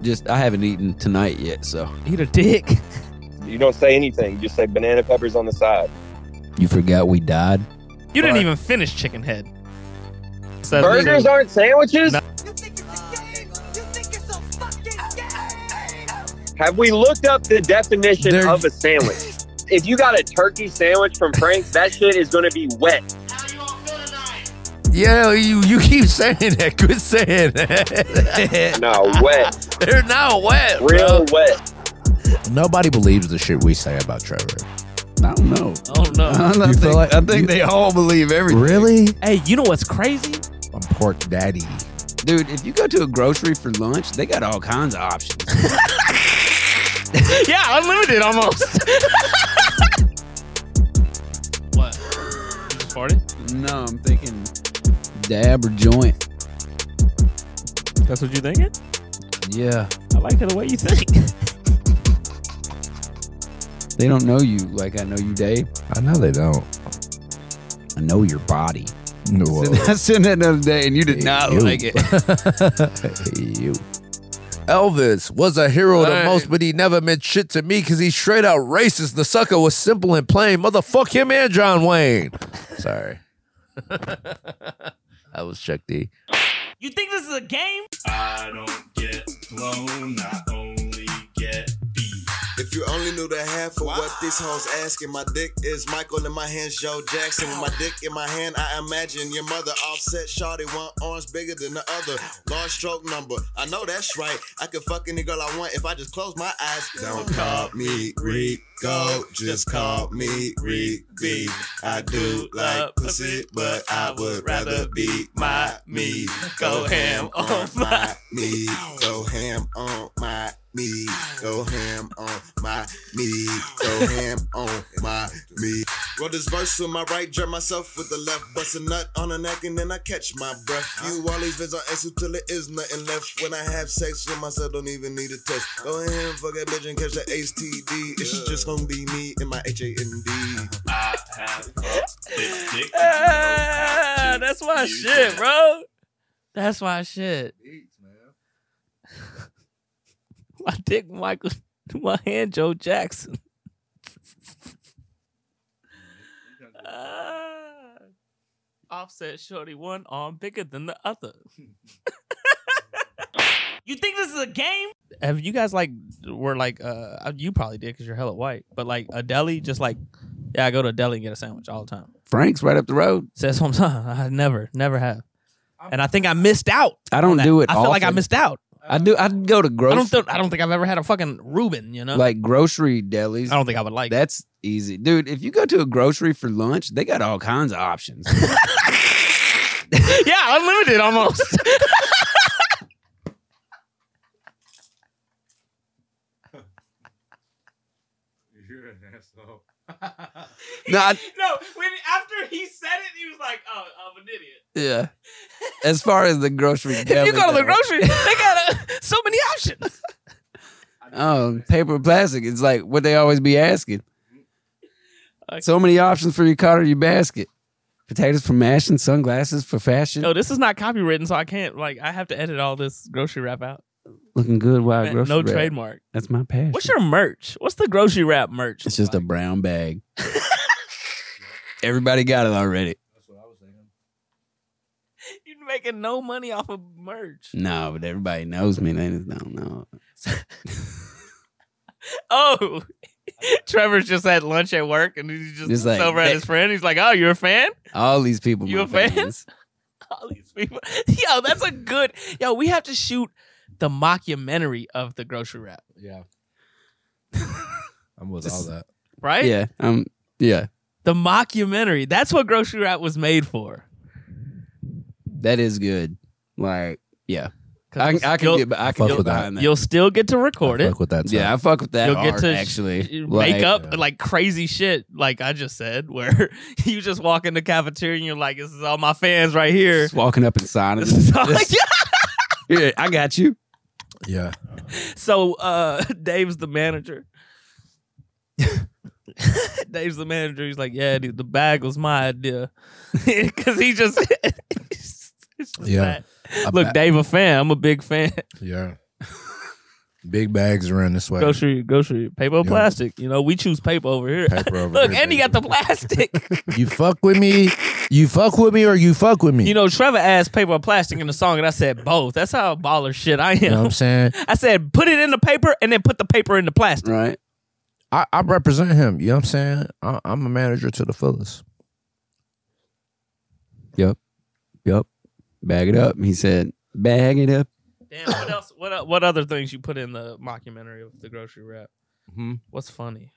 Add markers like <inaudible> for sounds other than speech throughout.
just I haven't eaten tonight yet, so Eat a dick. You don't say anything. You just say banana peppers on the side. you forgot we died. You didn't Right. even finish chicken head. So that's me. Burgers aren't sandwiches? No. Have we looked up the definition They're- of a sandwich? <laughs> if you got a turkey sandwich from Frank's, that shit is going to be wet. Yeah, you, you keep saying that. Quit saying that. No, wet. <laughs> They're not wet, Real wet. Nobody believes the shit we say about Trevor. I don't know. <laughs> Oh no. I, You think, feel like- I think you- they all believe everything. Really? Hey, you know what's crazy? I'm pork daddy. Dude, if you go to a grocery for lunch, they got all kinds of options. <laughs> yeah, unlimited almost. <laughs> what? You just farted? no, I'm thinking dab or joint. That's what you're thinking? Yeah. I like it the way you think. They don't know you like I know you, Dave. I know they don't. I know your body. No. <laughs> <laughs> I sent that the other day and you did not Ew. like it. Ew. Elvis was a hero to Hey. most, but he never meant shit to me because he's straight out racist. The sucker was simple and plain. Motherfuck him and John Wayne. Sorry. <laughs> I was Chuck D. You think this is a game? I don't get blown, I only get beat. If you only knew the half of what these hoes asking, my dick is Michael and my hands Joe Jackson. With my dick in my hand, I imagine your mother offset shawty, one orange bigger than the other. Large stroke number, I know that's right. I could fuck any girl I want if I just close my eyes. Don't call me Rico, just call me Rick B. I do like pussy, but I would rather be my me. Go ham on my me. Go ham on my me. Go ham on my me. Go ham on my me. Roll this verse with my right, jerk myself with the left. Bust a nut on her neck and then I catch my breath. You all these vids on answer till there is nothing left. When I have sex with myself, don't even need a test. Go ahead and fuck that bitch and catch that HTD. It's just gonna be me and my H A N D. I have a big dick. <laughs> Ah, that's my shit, bro. That's my shit. <laughs> My dick, Michael. <laughs> My hand, Joe Jackson. Ah. offset shorty one arm bigger than the other. <laughs> you think this is a game? Have you guys like were like uh you probably did because you're hella white, but like a deli just like yeah I go to a deli and get a sandwich all the time. Frank's right up the road. So that's what I'm <laughs> saying. I never, never have. And I think I missed out. I don't on that. do it I feel like I often. missed out. I do. I'd go to I don't. grocery Th- I don't think I've ever had a fucking Reuben. You know. like grocery delis. I don't think I would like that. That's easy, dude. If you go to a grocery for lunch, they got all kinds of <laughs> options. yeah, unlimited almost. <laughs> You're an asshole. no, I- no, when after he said it, he was like, "Oh, I'm an idiot." yeah. As far as the grocery, If deli, <laughs> you go to the though, grocery, they got uh, so many options. um, paper and plastic, it's like what they always be asking. Okay. So many options for your cart or your basket. Potatoes for mashing, sunglasses for fashion. No, this is not copywritten, so I can't. Like, I have to edit all this grocery rap out. Looking good while Man, grocery. no wrap. trademark. <laughs> That's my passion. What's your merch? What's the grocery rap merch? It's just a brown <laughs> bag. Everybody got it already. you making no money off of merch. No, but everybody knows me. They just don't know. Oh, <laughs> Trevor's just had lunch at work and he's just Just looks like, over at "Hey." his friend. He's like, "Oh, you're a fan? All these people. You my a fan? <laughs> All these people, yo, that's a good yo. We have to shoot the mockumentary of the grocery rap, Yeah. I'm with This- all that. right? Yeah. Um. Yeah. the mockumentary. That's what grocery rap was made for. That is good. Like, yeah. 'Cause I, I can you'll, get. I fuck can get with that. behind that. you'll still get to record I it. fuck with that. yeah, I fuck with that. You'll get hard, to actually make Like, up Yeah. like crazy shit, like I just said, where <laughs> you just walk in the cafeteria and you're like, "This is all my fans right here." Just walking up and signing. <laughs> This is all- Just- yeah, I got you. Yeah. So uh <laughs> Dave's the manager. <laughs> Dave's the manager. He's like, yeah, dude, the bag was my idea, <laughs> because he just, <laughs> it's just Yeah. that. Look, Dave a fan. I'm a big fan. Yeah. Big bags around this <laughs> way. Go through, go through paper or Yeah. plastic. You know, we choose paper over here. <laughs> Paper over Look, here, and he got the baby. <laughs> plastic. You fuck with me, you fuck with me, or you fuck with me. you know, Trevor asked paper or plastic in the song, and I said both. That's how baller shit I am. You know what I'm saying? <laughs> I said put it in the paper and then put the paper in the plastic. Right. I, I represent him. You know what I'm saying? I, I'm a manager to the fullest. Yep. Yep. Bag it up. He said, bag it up. Damn, what else? What o- what other things you put in the mockumentary of the grocery rap? Mm-hmm. Mhm. What's funny?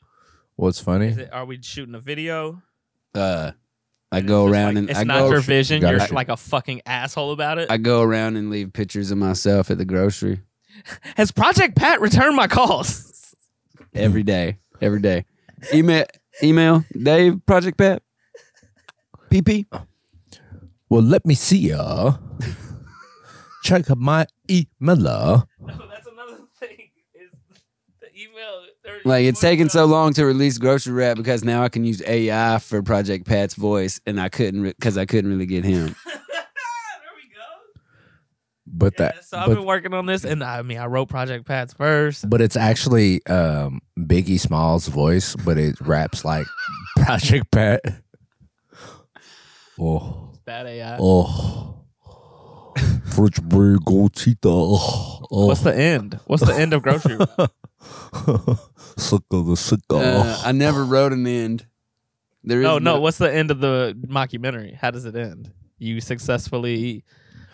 What's funny? Is it, are we shooting a video? Uh, I And go it's just around like, and it's I not go, your vision. Gotta You're shoot. like a fucking asshole about it. I go around and leave pictures of myself at the grocery Has Project Pat returned <laughs> my calls? <laughs> every day. Every day. Email, email Dave Project Pat. PP. Well, let me see ya. Check my email. No, that's another thing. Is the email Like it's taking so long to release grocery rap because now I can use AI for Project Pat's voice, and I couldn't because I couldn't really get him. <laughs> there we go. But Yeah, that, so I've been but, working on this, and I mean, I wrote Project Pat's first. but it's actually um, Biggie Smalls' voice, but it raps like Project Pat. Oh, Bad AI. <laughs> oh, French bread, Gotita. Oh, oh. What's the end? What's the end of <laughs> grocery? Rap? <laughs> sucker, the sucker. Uh, I never <laughs> wrote an end. There is No, no. What's the end of the mockumentary? How does it end? You successfully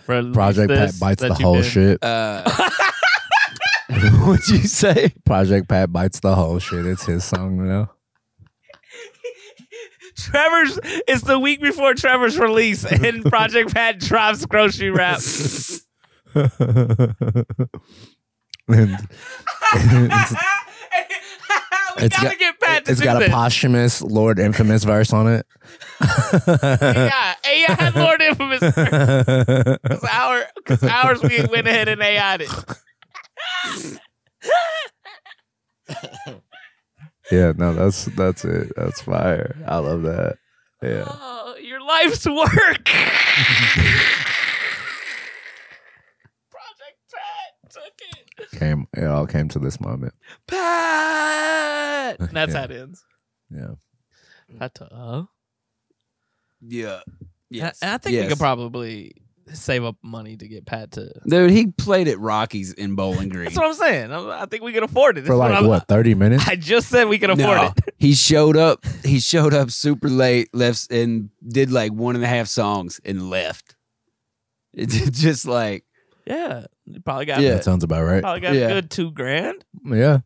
release Project Pat this bites that the you whole did. shit. Uh, what'd you say? Project Pat bites the whole shit. It's his song now. <laughs> Trevor's. It's the week before Trevor's release, <laughs> and Project Pat drops grocery rap. <laughs> and it's, we It's gotta got- get Pat to it's do got a this. posthumous Lord Infamous verse on it. <laughs> AI, AI, Lord Infamous. Cause our, cause ours, we went ahead and AI'd it. yeah, no, that's that's it. That's fire. I love that. Yeah. Oh, your life's work. <laughs> <laughs> Project Pat took it. Came it all came to this moment. <laughs> Pat. And that's Yeah. how it ends. Yeah. Pat to, uh, Yeah. and I think we Yes. could probably save up money to get Pat to. Dude, he played at Rockies in Bowling Green. That's what I'm saying. I, I think we can afford it. For That's like I'm- what, thirty <laughs> minutes? I just said we can afford No. it. He showed up. He showed up super late, left and did like one and a half songs and left. It's <laughs> just like <laughs> Yeah, you probably got Yeah. That sounds about right. probably got Yeah. a good two grand. Yeah.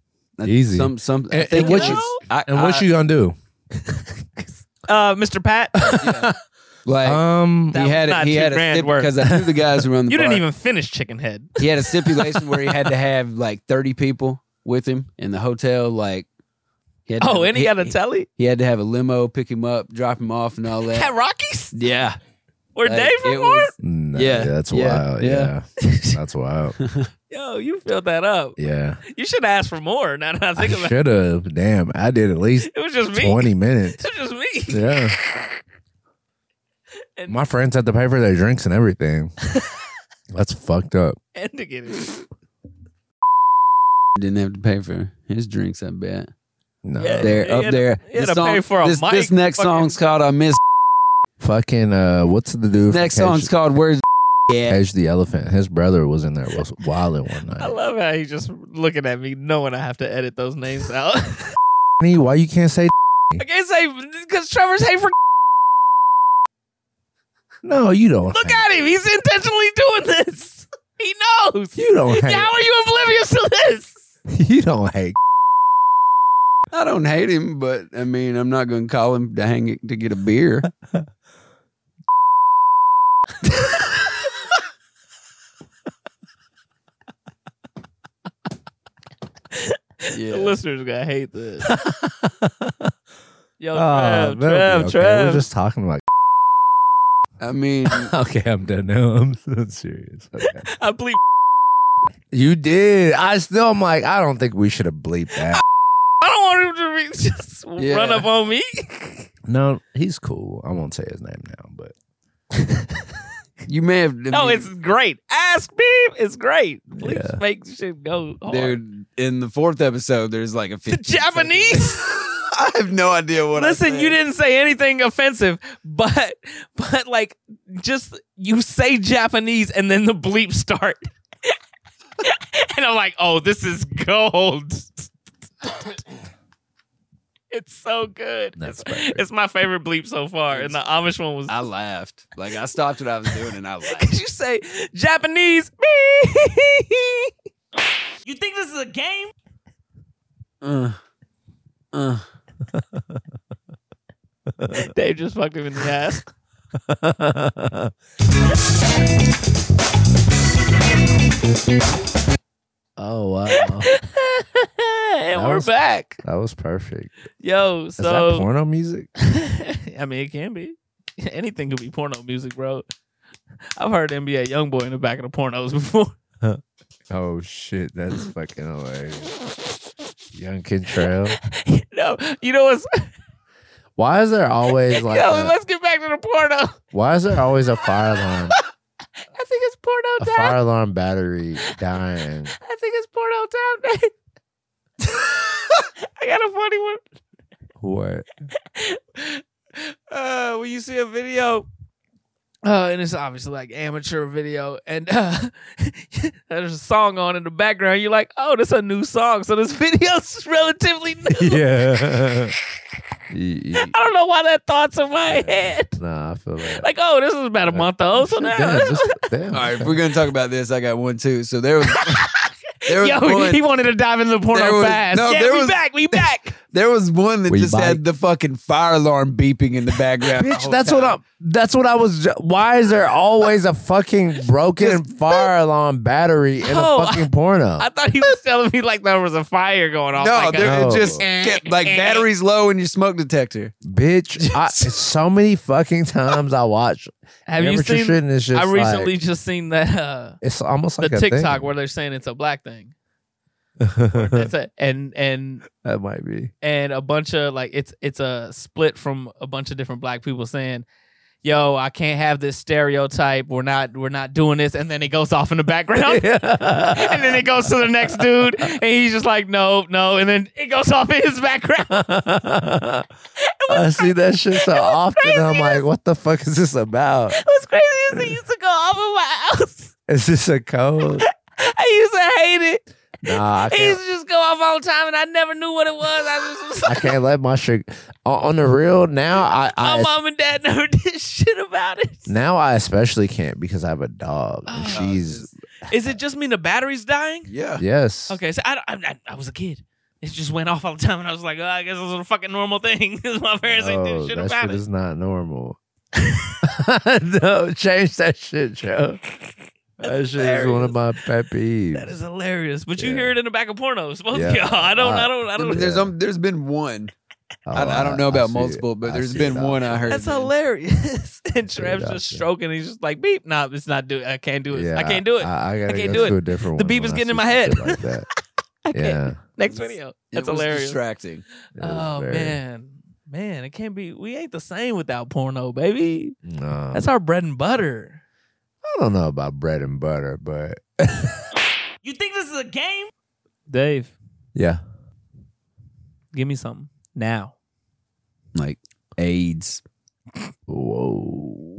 Easy. uh, Some some. I And- think and what it you- was- I- And what I- you gonna do? Uh, Mr. Pat, like? Um that he was had a, not he two had a grand stip, worth. because I knew the guys who <laughs> run the <laughs> you didn't bar. even finish Chicken <laughs> Head. He had a stipulation where he had to have like thirty people with him in the hotel. Like, he had to Oh, have- and he got a telly He had to have a limo pick him up, drop him off, and all at that. Rockies. yeah, Where Like, Dave it from? was- nah, Yeah, yeah, that's yeah, wild. yeah. Yeah. <laughs> That's wild. Yo, you filled that up. Yeah. You should ask for more. Now that I I think about it, should have. Damn, I did at least it was just <laughs> me. 20 <laughs> minutes. It was just me. Yeah. And- My friends had to pay for their drinks <laughs> and everything. That's fucked up. And to get it. didn't have to pay for his drinks. I bet No. Yeah. they're He up had to- there. he had This to pay for a this, this mic, next fucking- song's called "I Miss." Fucking uh what's the dude? from Next Cage- song's called "Where's <laughs> Yeah." Cage the Elephant. His brother was in there was wilding <laughs> one I night. love how he's just looking at me, knowing I have to edit those names <laughs> out. Me, Why you can't say <laughs> I can't say because Trevor's hate for. no, you don't. Look hang- at him. He's intentionally doing this. He knows. <laughs> you don't How hate are you oblivious to this? you don't hate <laughs> I don't hate him, but I mean, I'm not going to call him to hang it to get a <laughs> beer. The yeah. listeners gonna hate this. <laughs> Yo, Oh, Trev, that'll be Trev, okay. Trev. We're just talking about <laughs> I mean, Okay, I'm done now. I'm <laughs> so serious. Okay. I believe You did. I still am like, I don't think we should have bleeped <laughs> that. I don't want him to be, <laughs> just Yeah. run up on me. No, he's cool. I won't say his name now, but You may have. No, it's great. Ask Beep. It's great. Please Yeah. make shit go hard. Dude, in the fourth episode, there's like a the 15 Japanese. <laughs> I have no idea what. I Listen, said. you didn't say anything offensive, but but like just you say Japanese and then the bleep start. <laughs> and I'm like, "Oh, this is gold." <laughs> it's so good. That's it's, <laughs> perfect. <laughs> it's my favorite bleep so far, and the Amish one was <laughs> I laughed. Like I stopped what I was doing and I laughed. Cause you say Japanese. <laughs> you think this is a game? Uh, uh. Dave just fucked him in the ass. oh uh, wow, that <laughs> and That we're was- back. was perfect. Yo, Is that so porno music? <laughs> I mean it can be. <laughs> Anything could be porno music, bro. I've heard NBA Youngboy in the back of the pornos <laughs> before. Oh shit, that's fucking hilarious. <laughs> Young Trail. no, you know what's Why is there always like? yo, a- let's get back to the porno. <laughs> I why is there always a fire <laughs> alarm? think it's A porno time. fire alarm battery dying. I think it's porno time, Dave. <laughs> I got a funny one. <laughs> What? uh, when you see a video, uh, and it's obviously like amateur video, and uh, <laughs> there's a song on in the background, you're like, oh, that's a new song. So this <laughs> video's relatively new. <laughs> Yeah. You- you- I don't know why that thought's in my head. nah, I feel that. Like, oh, this is about a month old. So now, Damn, <laughs> just- damn. All right, if we're gonna talk about this, I got one too. So there was there was yo, one he wanted to dive into the There porno was- fast. no, yeah, there we was- back, we back. there was one that Will you just had bite? the fucking fire alarm beeping in the background. the Bitch, <laughs> whole that's time. what I'm. That's what I was. ju- Why is there always a fucking broken fire alarm battery in Oh, a fucking porno? I thought he <laughs> was telling me like there was a fire going off. No, like a- there, God. it just Oh No. kept like batteries low in your smoke detector. Bitch, I, so many fucking times I watch. <laughs> have you amateur seen? Shit and it's just I like- recently just seen that. Uh, it's almost the like a <laughs> TikTok <laughs> Thing. where they're saying it's a black thing. that That's it. And and <laughs> might be. and a bunch of like it's it's a split from a bunch of different black people saying, "Yo, I can't have this stereotype. We're not we're not doing this." And then it goes off in the background. <laughs> And then it goes to the next dude, and he's just like, no, no. And then it goes off in his <laughs> background. <laughs> I see that <laughs> shit so often. I'm like, what the fuck is this about? What's crazy is it used to go off in my house. Is this a code? I used to hate it. <laughs> Nah, I It can't. used to just go off all the time, and I never knew what it was. I was just I can't let my shit on, on the real now. I, my I mom and dad never <laughs> did shit about it. now I especially can't because I have a dog. And Oh, she's <laughs> Is it just mean the battery's dying? Yeah. yes. Okay, so I, don't- I'm not- I, was a kid. It just went off all the time, and I was like, oh, I guess this is a fucking normal thing. <laughs> 'Cause my parents ain't No, do shit Oh, that about shit it. is not normal. <laughs> no, change that shit, Joe. That shit is one of my pet That peeves. is hilarious. But you Yeah. hear it in the back of pornos. Both Yeah. y'all. I don't, I I- don't, I <laughs> But don't. There's um, there's been one. Oh, I, I don't know about see it. multiple, but I there's see been it one out I heard. That's man. hilarious. <laughs> and see Trav's it just out there. stroking. He's just like, beep. Nah, it's not do. I can't do there. it. Yeah, I can't do it. I, I, gotta I can't go do to it. A different The one beep when is I getting in see my head. shit Like that. can't. yeah, Next video. It That's was hilarious. Distracting. it was Oh very- man, man, it can't be. We ain't the same without porno, baby. Nah, That's our bread and butter. I don't know about bread and butter, but You think this is a game? Dave, yeah, give me something now. Like AIDS. <laughs> Whoa.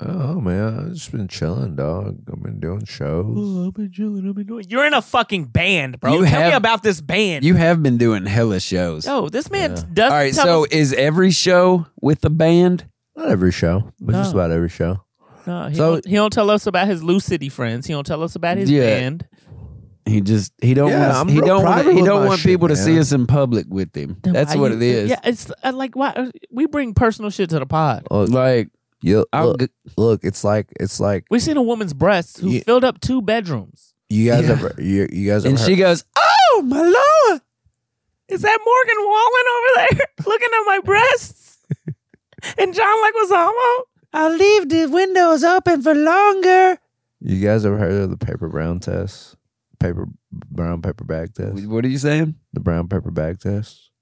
oh man, I've just been chilling, dog. I've been doing shows. I've been chilling. I've been doing. You're in a fucking band, bro. You Tell me have- about this band. You have been doing hella shows. Yo, this man Yeah. does. All right, tell so us- is every show with a band? Not every show, but just No. about every show. No, he, so- don't, he don't tell us about his Lou City friends. He don't tell us about his Yeah. band. He just he don't Yeah, want I'm he real don't want private he with don't my want shit, people to man. see us in public with him. Then That's why what you- it is. Yeah, it's uh, like why we bring personal shit to the pod. Look, Like you, I'm look, g- look, it's like it's like We seen a woman's breasts who Yeah. filled up two bedrooms. you guys Yeah. ever you, you guys ever and heard- she goes, "Oh, my lord." Is that Morgan Wallen over there <laughs> looking at my <laughs> breasts? and John Leguizamo? I'll leave the windows open for longer. you guys ever heard of the paper brown test? Paper brown paper bag test. "Oh, What are you saying? The brown paper bag test.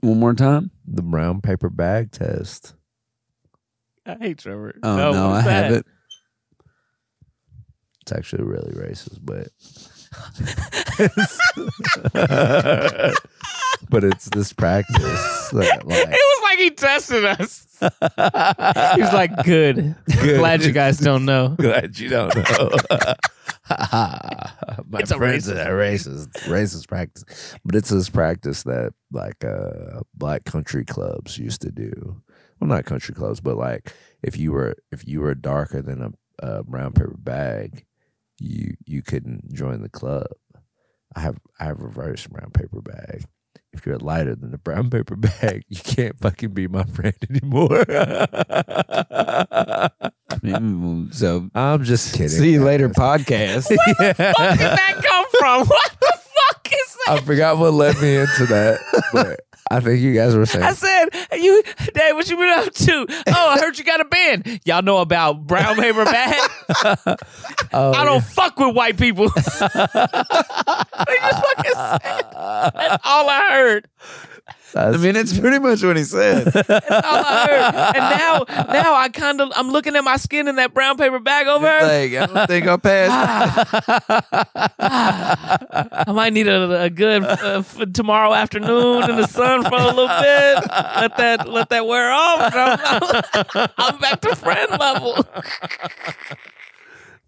One more time. The brown paper bag test. I hate Trevor. Oh no, what I was that? <laughs> haven't. <laughs> It's actually really racist, <laughs> but <laughs> but it's this practice that It like was like he <laughs> tested us. he was like, "Good, <laughs> glad you guys don't know." glad you don't know. <laughs> My It's a friends racist. are racist, racist practice. But it's this practice that like uh, black country clubs used to do. Well, not country clubs, but like if you were if you were darker than a, a brown paper bag, you you couldn't join the club. I have I have reverse brown paper bag. If you're lighter than the brown paper <laughs> bag, you can't fucking be my friend anymore. <laughs> Mm, So I'm just kidding. see you <laughs> later, podcast. <laughs> Where did that come from? What the fuck is that? I forgot what led me into that, but I think you guys were saying. I said, "You, Dad, what you been up to?" Oh, I heard you got a band. Y'all know about brown paper bag. oh, I don't fuck with white people. they just fucking said. That's all I heard. I mean, it's pretty much what he said. That's all I heard. And now, now I kind of, I'm looking at my skin in that brown paper bag over. like I don't think I'll pass. I might need a, a good uh, f- tomorrow afternoon in the sun for a little bit. Let that let that wear off. and I'm, I'm back to friend level. <laughs>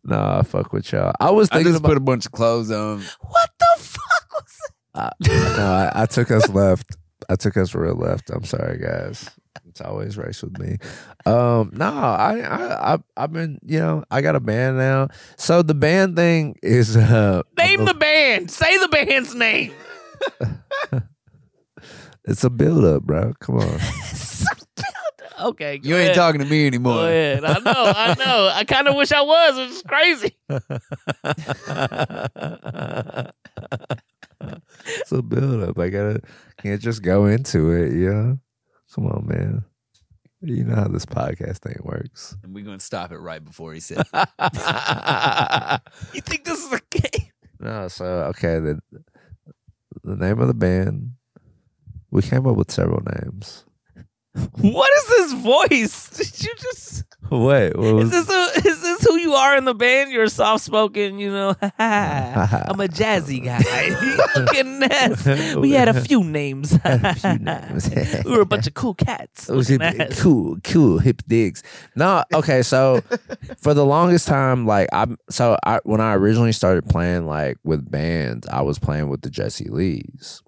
Nah, fuck with y'all. I was I thinking just about. put a bunch of clothes on. What the fuck was that? <laughs> no, I, I took us left. I took us real left. I'm sorry, guys. It's always race with me. Um, no, I, I, I, I've been, you know, I got a band now. So the band thing is. Uh, Name the band. Say the band's name. It's a build up, bro. Come on. <laughs> Okay. go You ain't ahead. talking to me anymore. Go ahead. I know. <laughs> I know. I kind of wish I was. It's crazy. it's a build up. I gotta can't just go into it, you know? Come on, man. You know how this podcast thing <laughs> works. And we're gonna stop it right before he <laughs> said. You think this is a game? no, so okay, the the name of the band. We came up with several names. What is this voice? <laughs> Did you just? Wait, what Is was <laughs> this who, is this who you are in the band? You're soft spoken, you know. <laughs> I'm a jazzy guy. <laughs> Look at this. We <laughs> had a few names. Had a few names. <laughs> Oh, we were a bunch of cool cats. It was Look hip- at this. cool, cool hip digs. No, okay, <laughs> so for the longest time, like I'm so I when I originally started playing like with bands, I was playing with the Jesse Lees,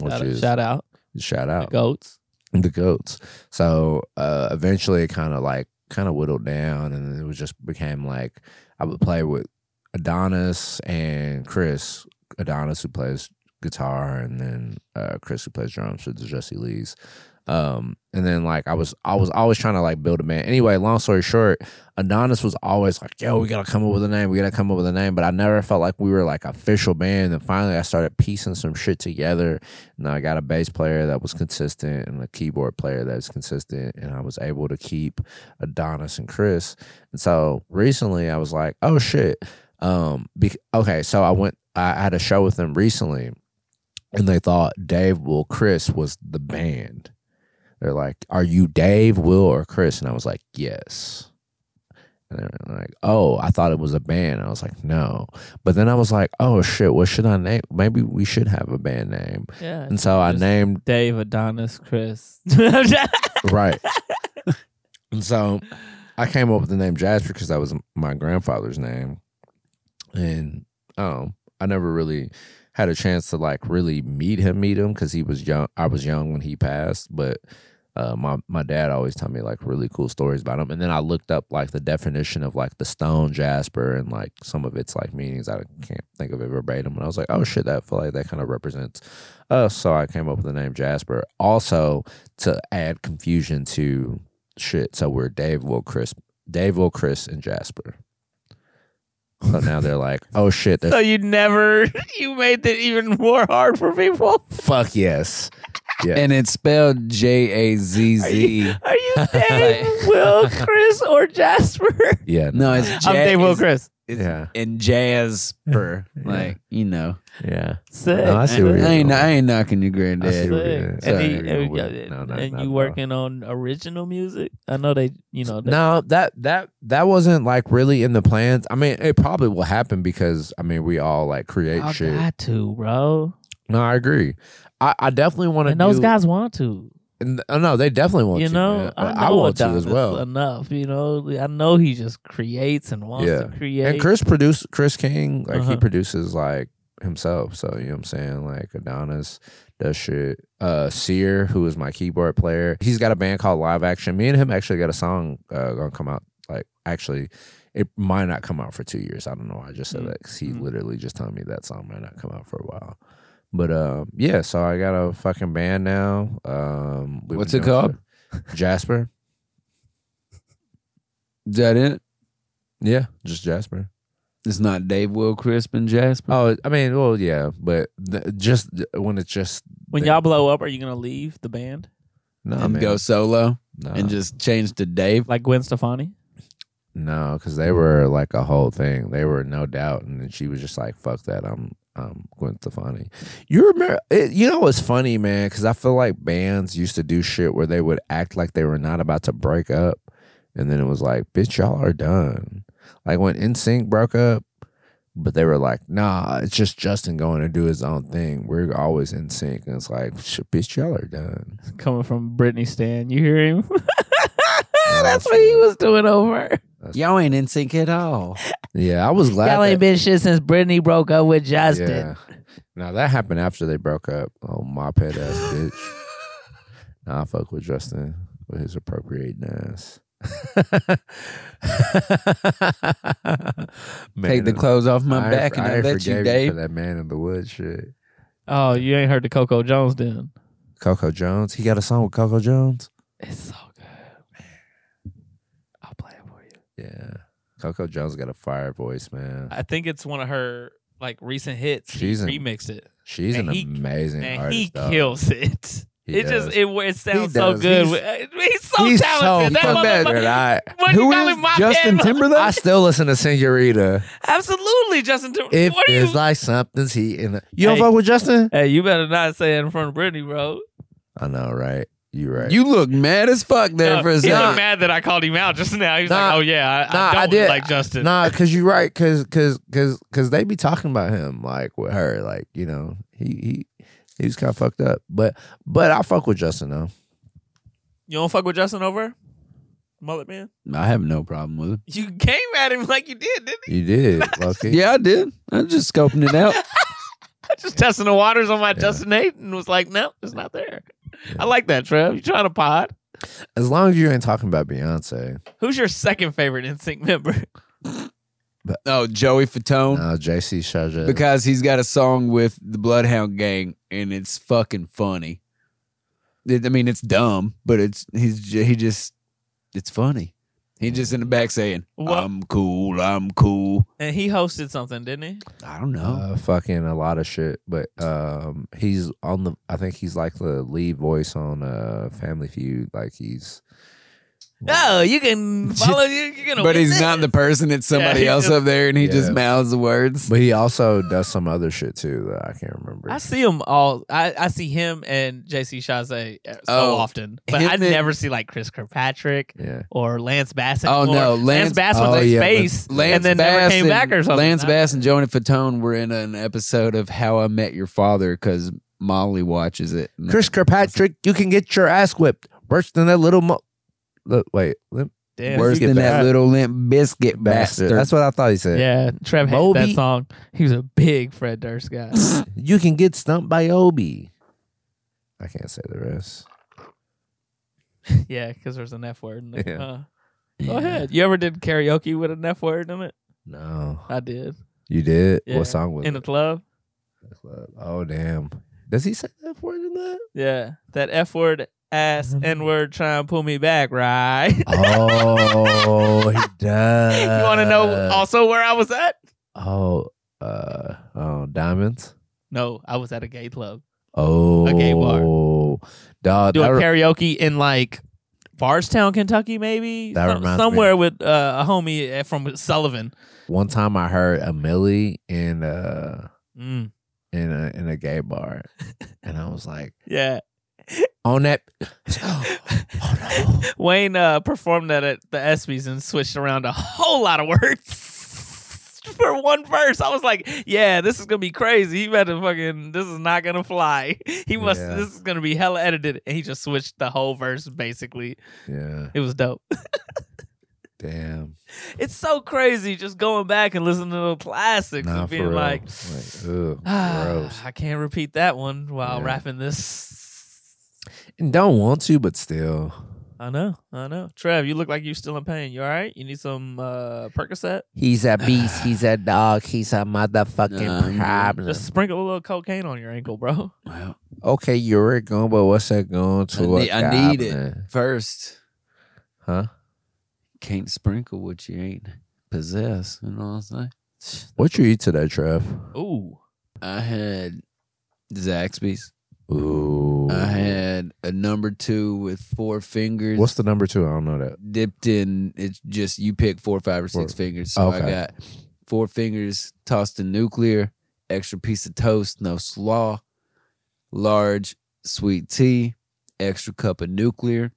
which Shout out, is shout out shout the out goats. the goats. So uh, eventually, it kind of like kind of whittled down, and it was just became like I would play with Adonis and Chris. Adonis who plays guitar, and then uh, Chris who plays drums with the Jesse Lees. Um, and then like I was I was always trying to like build a band. Anyway, long story short, Adonis was always like, "Yo, we gotta come up with a name. We gotta come up with a name." But I never felt like we were like official band. And finally, I started piecing some shit together. And I got a bass player that was consistent and a keyboard player that was consistent, and I was able to keep Adonis and Chris. And so recently, I was like, "Oh shit." Um, be- okay, so I went. I had a show with them recently, and they thought Dave Will Chris was the band. They're like, "Are you Dave Will or Chris?" And I was like, "Yes." And they're like, "Oh, I thought it was a band." I was like, "No," but then I was like, "Oh shit, what should I name? Maybe we should have a band name." Yeah. And so I Just- named Dave Adonis <laughs> Chris. That's right. and so I came up with the name Jasper because that was my grandfather's name, and um, I never really had a chance to like really meet him, meet him because he was young. I was young when he passed, but. Uh, my my dad always told me like really cool stories about him, and then I looked up like the definition of like the stone jasper and like some of its like meanings. I can't think of it verbatim, and I was like, oh shit, that feel like that kind of represents us. So I came up with the name Jasper. Also, to add confusion to shit. So we're Dave Will Chris Dave Will Chris and Jasper. So now they're like, oh <laughs> shit, so there's you never you made it even more hard for people. fuck yes. And it's spelled J A Z Z. Are <laughs> you Dave Will Chris or Jasper? <laughs> Yeah. <laughs> No, it's J- I'm Dave Will it's- Chris. It's- Yeah. and jazz for Yeah. like you know. Yeah. Sick. No, I see where I you're ain't going. I ain't knocking your I see granddad. what- Sick. Yeah, And, sorry, he- I and, agree with- no, not- and not at you all. working on original music? I know they, you know, they, No, that that that wasn't like really in the plans. I mean, it probably will happen because I mean, we all like create I shit. got to, bro. No, I agree. I, I definitely want to. And those guys want to, and, oh, no, they definitely want you to. know. man. I, But know I want to as Adonis well. Enough, you know. I know he just creates and wants Yeah. to create. And Chris produced Chris King, like he Uh-huh. produces like himself. So you know what I'm saying? Like Adonis does shit. Uh Sear, who is my keyboard player, he's got a band called Live Action. Me and him actually got a song uh, gonna come out. Like actually, it might not come out for two years. I don't know. I just said Mm, that 'cause he Mhm. literally just told me that song might not come out for a while. But um, yeah, so I got a fucking band now. Um, we've What's been it doing called? <laughs> shit. Jasper. Is that it? Yeah, just Jasper. It's not Dave Will Crisp and Jasper. Oh, I mean, well, yeah, but th- just th- when it's just when y'all blow up, are you gonna leave the band no, and man, go solo no, and just change to Dave. like Gwen Stefani? no, because they were like a whole thing. They were no doubt, and then she was just like, "Fuck that, I'm." Um, Gwen Stefani. You remember? It, you know what's funny, man? Because I feel like bands used to do shit where they would act like they were not about to break up, and then it was like, "Bitch, y'all are done." Like when NSYNC broke up, but they were like, "Nah, it's just Justin going to do his own thing. We're always in sync." And it's like, "Bitch, y'all are done." <laughs> Coming from Britney Stan, you hear him? <laughs> That's Oh, what he shit. was doing over. Y'all ain't in sync at all. <laughs> Yeah, I was <laughs> glad. Y'all ain't been shit since Britney broke up with that, Justin. yeah. Now that happened after they broke up. Oh, mop head <laughs> ass bitch. Nah, I fuck with Justin with his appropriating ass. Take the clothes off my I- back and I, let forgave you, for Dave. that man in the woods shit. Oh, you ain't heard the Coco Jones then? Coco Jones. He got a song with Coco Jones. It's so good. I'll play it for you. Yeah, Coco Jones got a fire voice, man. I think it's one of her like recent hits. She's he in- remixed it, She's Man, an he- amazing and artist. he dog. kills it. He it just does. it, it sounds so does. good. He's- He's, so He's talented. so that fucking motherfucker- good. I, What you Who call is him, my Justin bad, Timberlake? I still listen to Senorita. Absolutely, Justin. Tim- It what are you? feels like something's heating. up. You don't Hey. fuck with Justin? hey, you better not say it in front of Brittany, bro. I know, right? You right. You look mad as fuck there No, for a he second. looked mad that I called him out just now. He's Nah, like, "Oh yeah, I, nah, I don't I did- like Justin." <laughs> nah, cause you right, cause cause cause cause they be talking about him like with her, like you know he he he was kind of fucked up, but but I fuck with Justin though. You don't fuck with Justin over mullet man. I have no problem with it. You came at him like you did, didn't <laughs> You did, Lucky. Yeah, I did. I'm just scoping it <laughs> out. I just testing the waters on my Yeah. Justin Nate and was like, no, it's not there. I like that, Trev. You trying to pod? As long as you ain't talking about Beyonce, Who's your second favorite NSYNC member? Oh, Joey no, Fatone. JC Shaja. Because he's got a song with the Bloodhound Gang, and it's fucking funny. It- I mean, it's dumb, but it's he's j- he just it's funny. He just in the back saying, What? "I'm cool, I'm cool." <laughs> And he hosted something, didn't he? I don't know. Uh, fucking a lot of shit, but um, he's on the. I think he's like the lead voice on uh Family Feud. Like he's No, you <laughs> can follow. you- You're gonna. but win he's not the this. person. It's somebody he else just- up there, and he just Yeah. mouths the words. But he also does some other shit too that I can't remember. I see him all. I, I see him and JC Chazé so Oh, often, but him I and- never see like Chris Kirkpatrick yeah. or Lance Bass. Oh, anymore. no, Lance- Lance, Bass oh, went to yeah, space Lance and then Bass never came and, back or something. Lance Bass and Joanna Fatone were in an episode of How I Met Your Father because Molly watches it. And- Chris Kirkpatrick, you can get your ass whipped. Worse than that little mo- Look, wait, limp Damn, Worse Get than that back. little limp biscuit bastard. That's what I thought he said. Yeah, Trev hated that Moby- song. He was a big Fred <laughs> Durst guy. You can get stumped by Obi. I can't say the rest. yeah, because there's an F word in there. Yeah. Huh. Go ahead. You ever did karaoke with an F word in it? No, I did. you did. Yeah. What song was in the it? club? oh damn! Does he say that word <laughs> in that? Yeah. That F word ass N word trying to pull me back, right? <laughs> Oh, he does. you want to Uh. know also where I was at? Oh, uh, oh, diamonds. No, I was at a gay club Oh, gay bar. Dog, doing that- karaoke in like Bardstown, Kentucky, maybe That Some- reminds me. somewhere with uh, a homie uh, from Sullivan. One time I heard uh, a Millie in a Mm, in a in a <laughs> gay bar, and I was like, yeah, on <gasps> that. <gasps> Oh, no. Wayne uh, performed that at the ESPYS and switched around a whole lot of words <laughs> for one verse. I was like, "Yeah, this is gonna be crazy. You better fucking. This is not gonna fly. <laughs> He must. Yeah. This is gonna be hella edited." And he just switched the whole verse. Basically, Yeah, it was dope. damn. It's so crazy just going back and listening to the classics Nah, and for being real. like, <sighs> ugh, gross. ah, <sighs> I can't repeat that one while Yeah. rapping this. And don't want to, but still. I know, I know. Trev, you look like you're still in pain. You all right? You need some uh, Percocet? He's a beast. <sighs> He's a dog. He's a Nah, I'm motherfucking good. problem. Just sprinkle a little cocaine on your ankle, bro. <laughs> Well, Okay, you're a gun, but what's that going I to? a need- I need it goblin? first. huh? Can't sprinkle what you ain't possess. You know what I'm saying? What you eat today, Trev? Oh. Ooh. I had Zaxby's. Ooh, I had a number two with four fingers. what's the number two? I don't know that. dipped in. It's just you pick four, five, or six Four. fingers. So I Okay. got four fingers tossed in nuclear, extra piece of toast, no slaw, large sweet tea, extra cup of nuclear,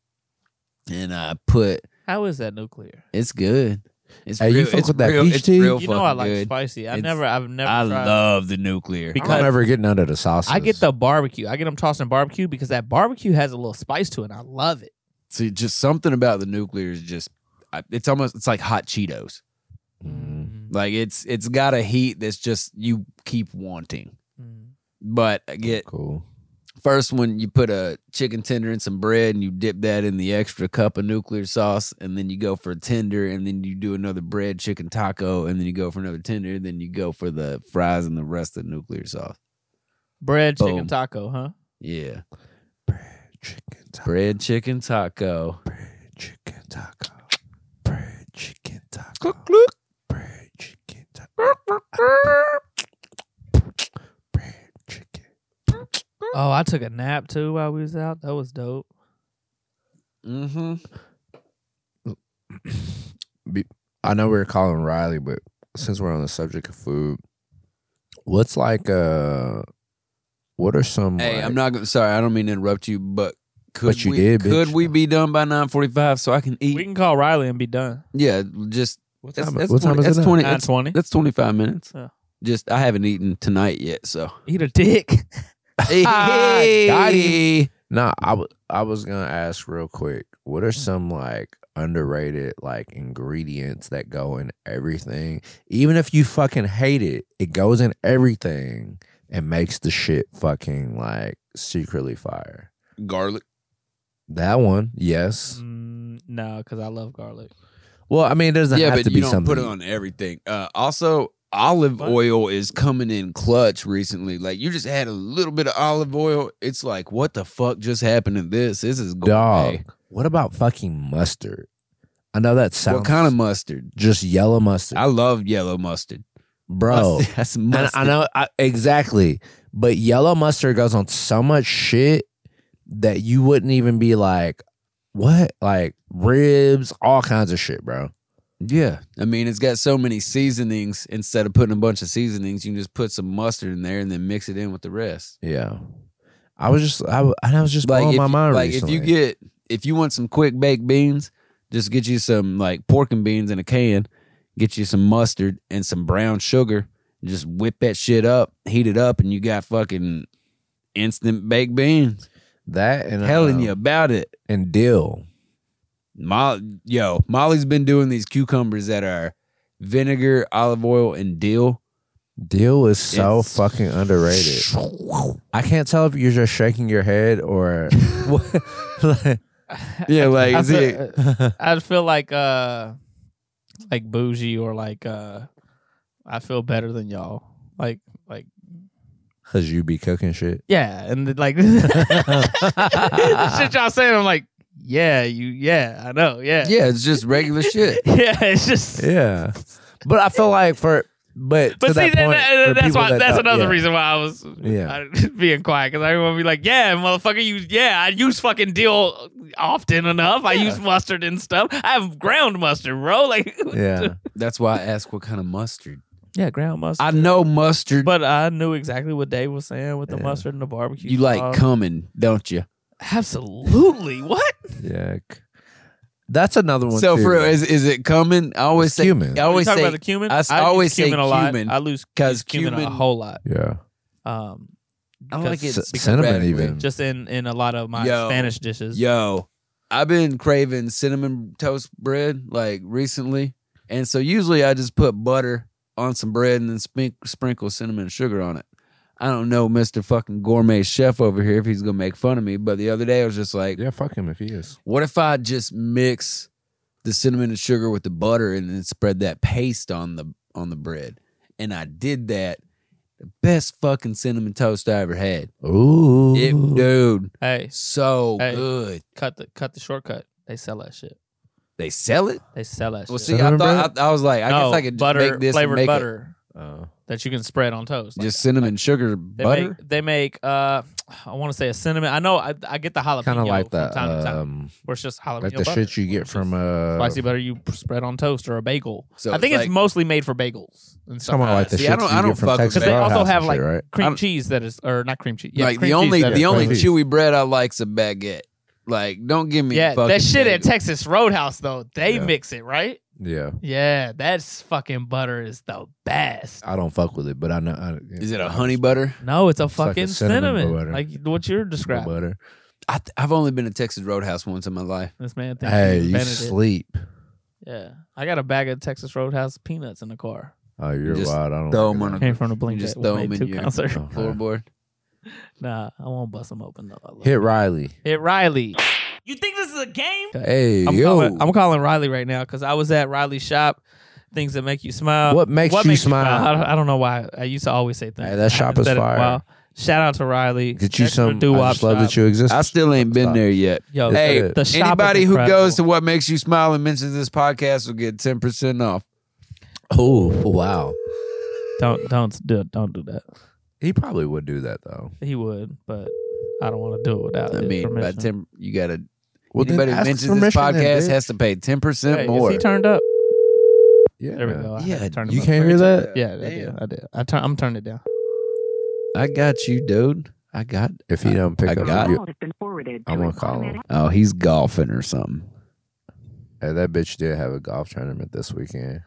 and I put. How is that nuclear? It's good. It's Hey, you real. fuck it's with that real, peach it's tea? real You know I fucking like good. spicy. I've It's- never I've never I tried. love the nuclear. I Because- don't ever get none of the sauces. I get the barbecue. I get them tossed in barbecue because that barbecue has a little spice to it and I love it. See, just something about the nuclear is just. I- It's almost it's like hot Cheetos. Mm. Like it's it's got a heat that's just you keep wanting. Mm. But I get cool. First one, you put a chicken tender and some bread, and you dip that in the extra cup of nuclear sauce, and then you go for a tender, and then you do another bread chicken taco, and then you go for another tender, and then you go for the fries and the rest of the nuclear sauce. Bread, chicken Boom. taco, huh? Yeah, Bread, chicken, taco, bread chicken taco. bread, chicken taco, bread, chicken taco, bread, chicken taco, bread, chicken. Oh, I took a nap too while we was out. That was dope. Mm-hmm. Be- I know we were calling Riley, but since we're on the subject of food, what's like uh, what are some? Hey, like- I'm not gonna. Sorry, I don't mean to interrupt you, but could But you we, did, bitch. could we be done by 9:45 so I can eat? We can call Riley and be done. yeah, just What that's, time, that's what 20, time is that's it? now? 20 Nine that's, twenty. that's 25 minutes. Yeah. Just I haven't eaten tonight yet, so. <laughs> Eat a dick. <laughs> Got Hey. Nah, I Mm-hmm. wa- I was gonna ask real quick. What are some like underrated like ingredients that go in everything? Even if you fucking hate it, it goes in everything and makes the shit fucking like secretly fire. Garlic. That one, Mm-hmm. yes. Mm, no, because I love garlic. Well, I mean, it doesn't Yeah, have but to you be don't something. put it on everything. Uh, also, olive What? oil is coming in clutch recently. Like you just had a little bit of olive oil. It's like, what the fuck just happened to this? This is Dog, gourmet. what about fucking mustard? I know that sounds What kind of mustard? just yellow mustard, I love yellow mustard. bro. Mustard- <laughs> that's And mustard. I know I, exactly, but yellow mustard goes on so much shit that you wouldn't even be like, what? Like ribs, all kinds of shit, bro. Yeah, I mean, it's got so many seasonings. Instead of putting a bunch of seasonings, you can just put some mustard in there and then mix it in with the rest. Yeah, I was just, I, w- and I was just blowing if my you- mind. like recently. if you get if you want some quick baked beans, just get you some like pork and beans in a can, get you some mustard and some brown sugar, and just whip that shit up, heat it up, and you got fucking instant baked beans. that and Telling um, you about it. and dill, Mo- yo, Molly's been doing these cucumbers that are vinegar, olive oil, and dill. dill is so It's- fucking underrated. I can't tell if you're just shaking your head or. <laughs> Yeah, like I is feel- uh, it? I feel like uh like bougie or like uh I feel better than y'all. Like like Cause you be cooking shit. yeah, and then, like <laughs> the shit y'all saying, I'm like, yeah, you yeah, <laughs> I know, yeah. Yeah, it's just regular shit. Yeah, it's just Yeah. But I feel like for But, But to see, that that- point, that- for that's people why. that that's don't- another yeah. reason why I was Yeah. I- <laughs> being quiet because everyone be like, "Yeah, motherfucker, you. Yeah, I use fucking deal often enough. I use mustard and stuff. I have ground mustard, bro. Like, <laughs> Yeah, That's why I asked what kind of mustard. yeah, ground mustard. I know mustard. but I knew exactly what Dave was saying with the Yeah. mustard and the barbecue. you like sauce. coming, don't you? absolutely <laughs> what? yeah. That's another one. So too. for real, is is it coming? I always It's say cumin. I Are you always talking say about the cumin. I s- use always say cumin a lot. cumin, I lose 'cause cumin, a cumin- whole lot. yeah, Um, I like because it C- speaks cinnamon radically. even. just in in a lot of my Yo. Spanish dishes. Yo, I've been craving cinnamon toast bread like recently, and so usually I just put butter on some bread and then spink- sprinkle cinnamon and sugar on it. I don't know, Mister Fucking Gourmet Chef over here, if he's gonna make fun of me, but the other day I was just like, yeah, fuck him if he is. what if I just mix the cinnamon and sugar with the butter and then spread that paste on the on the bread? And I did that. The best fucking cinnamon toast I ever had. Ooh, It, dude, Hey, so Hey. good. cut the cut the shortcut. They sell that shit. They sell it. They sell that Well, see, shit. I Cinnamon thought I, I was like, I No, guess I could just butter make this and flavored make it butter Oh. that you can spread on toast. Like, just cinnamon sugar they butter. Make, they make uh, I want to say a cinnamon. I know I, I get the jalapeno kind of like from that. time to uh, time, Um, where it's just jalapeno like the butter, shit you where get it's from just uh, spicy butter you spread on toast or a bagel. So I think it's like- mostly made for bagels. and stuff. Some of like the See, I shit don't- you I don't get from fuck with Texas that. 'Cause they also Roadhouse have, and like, shit, right? cream I'm- cheese that is or not cream cheese. Yeah, like cream the only cheese that the is- only crazy. chewy bread I like's a baguette. Like, don't give me yeah, fucking that shit at bagel. Texas Roadhouse though, they Yeah. mix it right. Yeah, Yeah, that's fucking butter is the best. I don't fuck with it, but I know. I, Is it a honey butter? No, it's a like a fucking cinnamon cinnamon, butter. like what you're describing. butter? I th- I've only been to Texas Roadhouse once in my life. This man thinks Hey, he you invented it. sleep. Yeah, I got a bag of Texas Roadhouse peanuts in the car. Oh, you're Just wild. I don't throw fucking 'em on know. a- Came from the Blink just One throw 'em Eight in Two your- <laughs> concert. Oh, okay. Floorboard. Nah, I won't bust them open though. I love Hit them. Riley. hit Riley. You think this is a game? Hey, I'm, yo. Calling, I'm calling Riley right now because I was at Riley's shop. Things that make you smile. What makes you smile? I don't- I, don't know why. I used to always say things. Hey, that I shop haven't is said it in a fire. while. Shout out to Riley. Get you Extra some. I doo-wop just love shop. that you exist. I still ain't been Stop. there yet. Yo, Hey, the shop is Anybody who incredible. goes to what makes you smile and mentions this podcast will get ten percent off. Oh, wow. don't don't do don't do that. He probably would do that though. He would, but I don't want to do it without. I his mean, by permission. ten, you gotta. Well, then anybody who ask mentions this permission then, podcast bitch. has to pay ten percent Hey, more. Is he turned up? Yeah. There we go. I had Yeah, to turn him You up. can't hear that? Yeah, I did. Damn. I did. I turn. I'm turning it down. I got you, dude. I got. If he don't I pick got up, it. you, call has been forwarded I'm to gonna an call him. automatic Oh, he's golfing or something. Hey, that bitch did have a golf tournament <laughs> this weekend.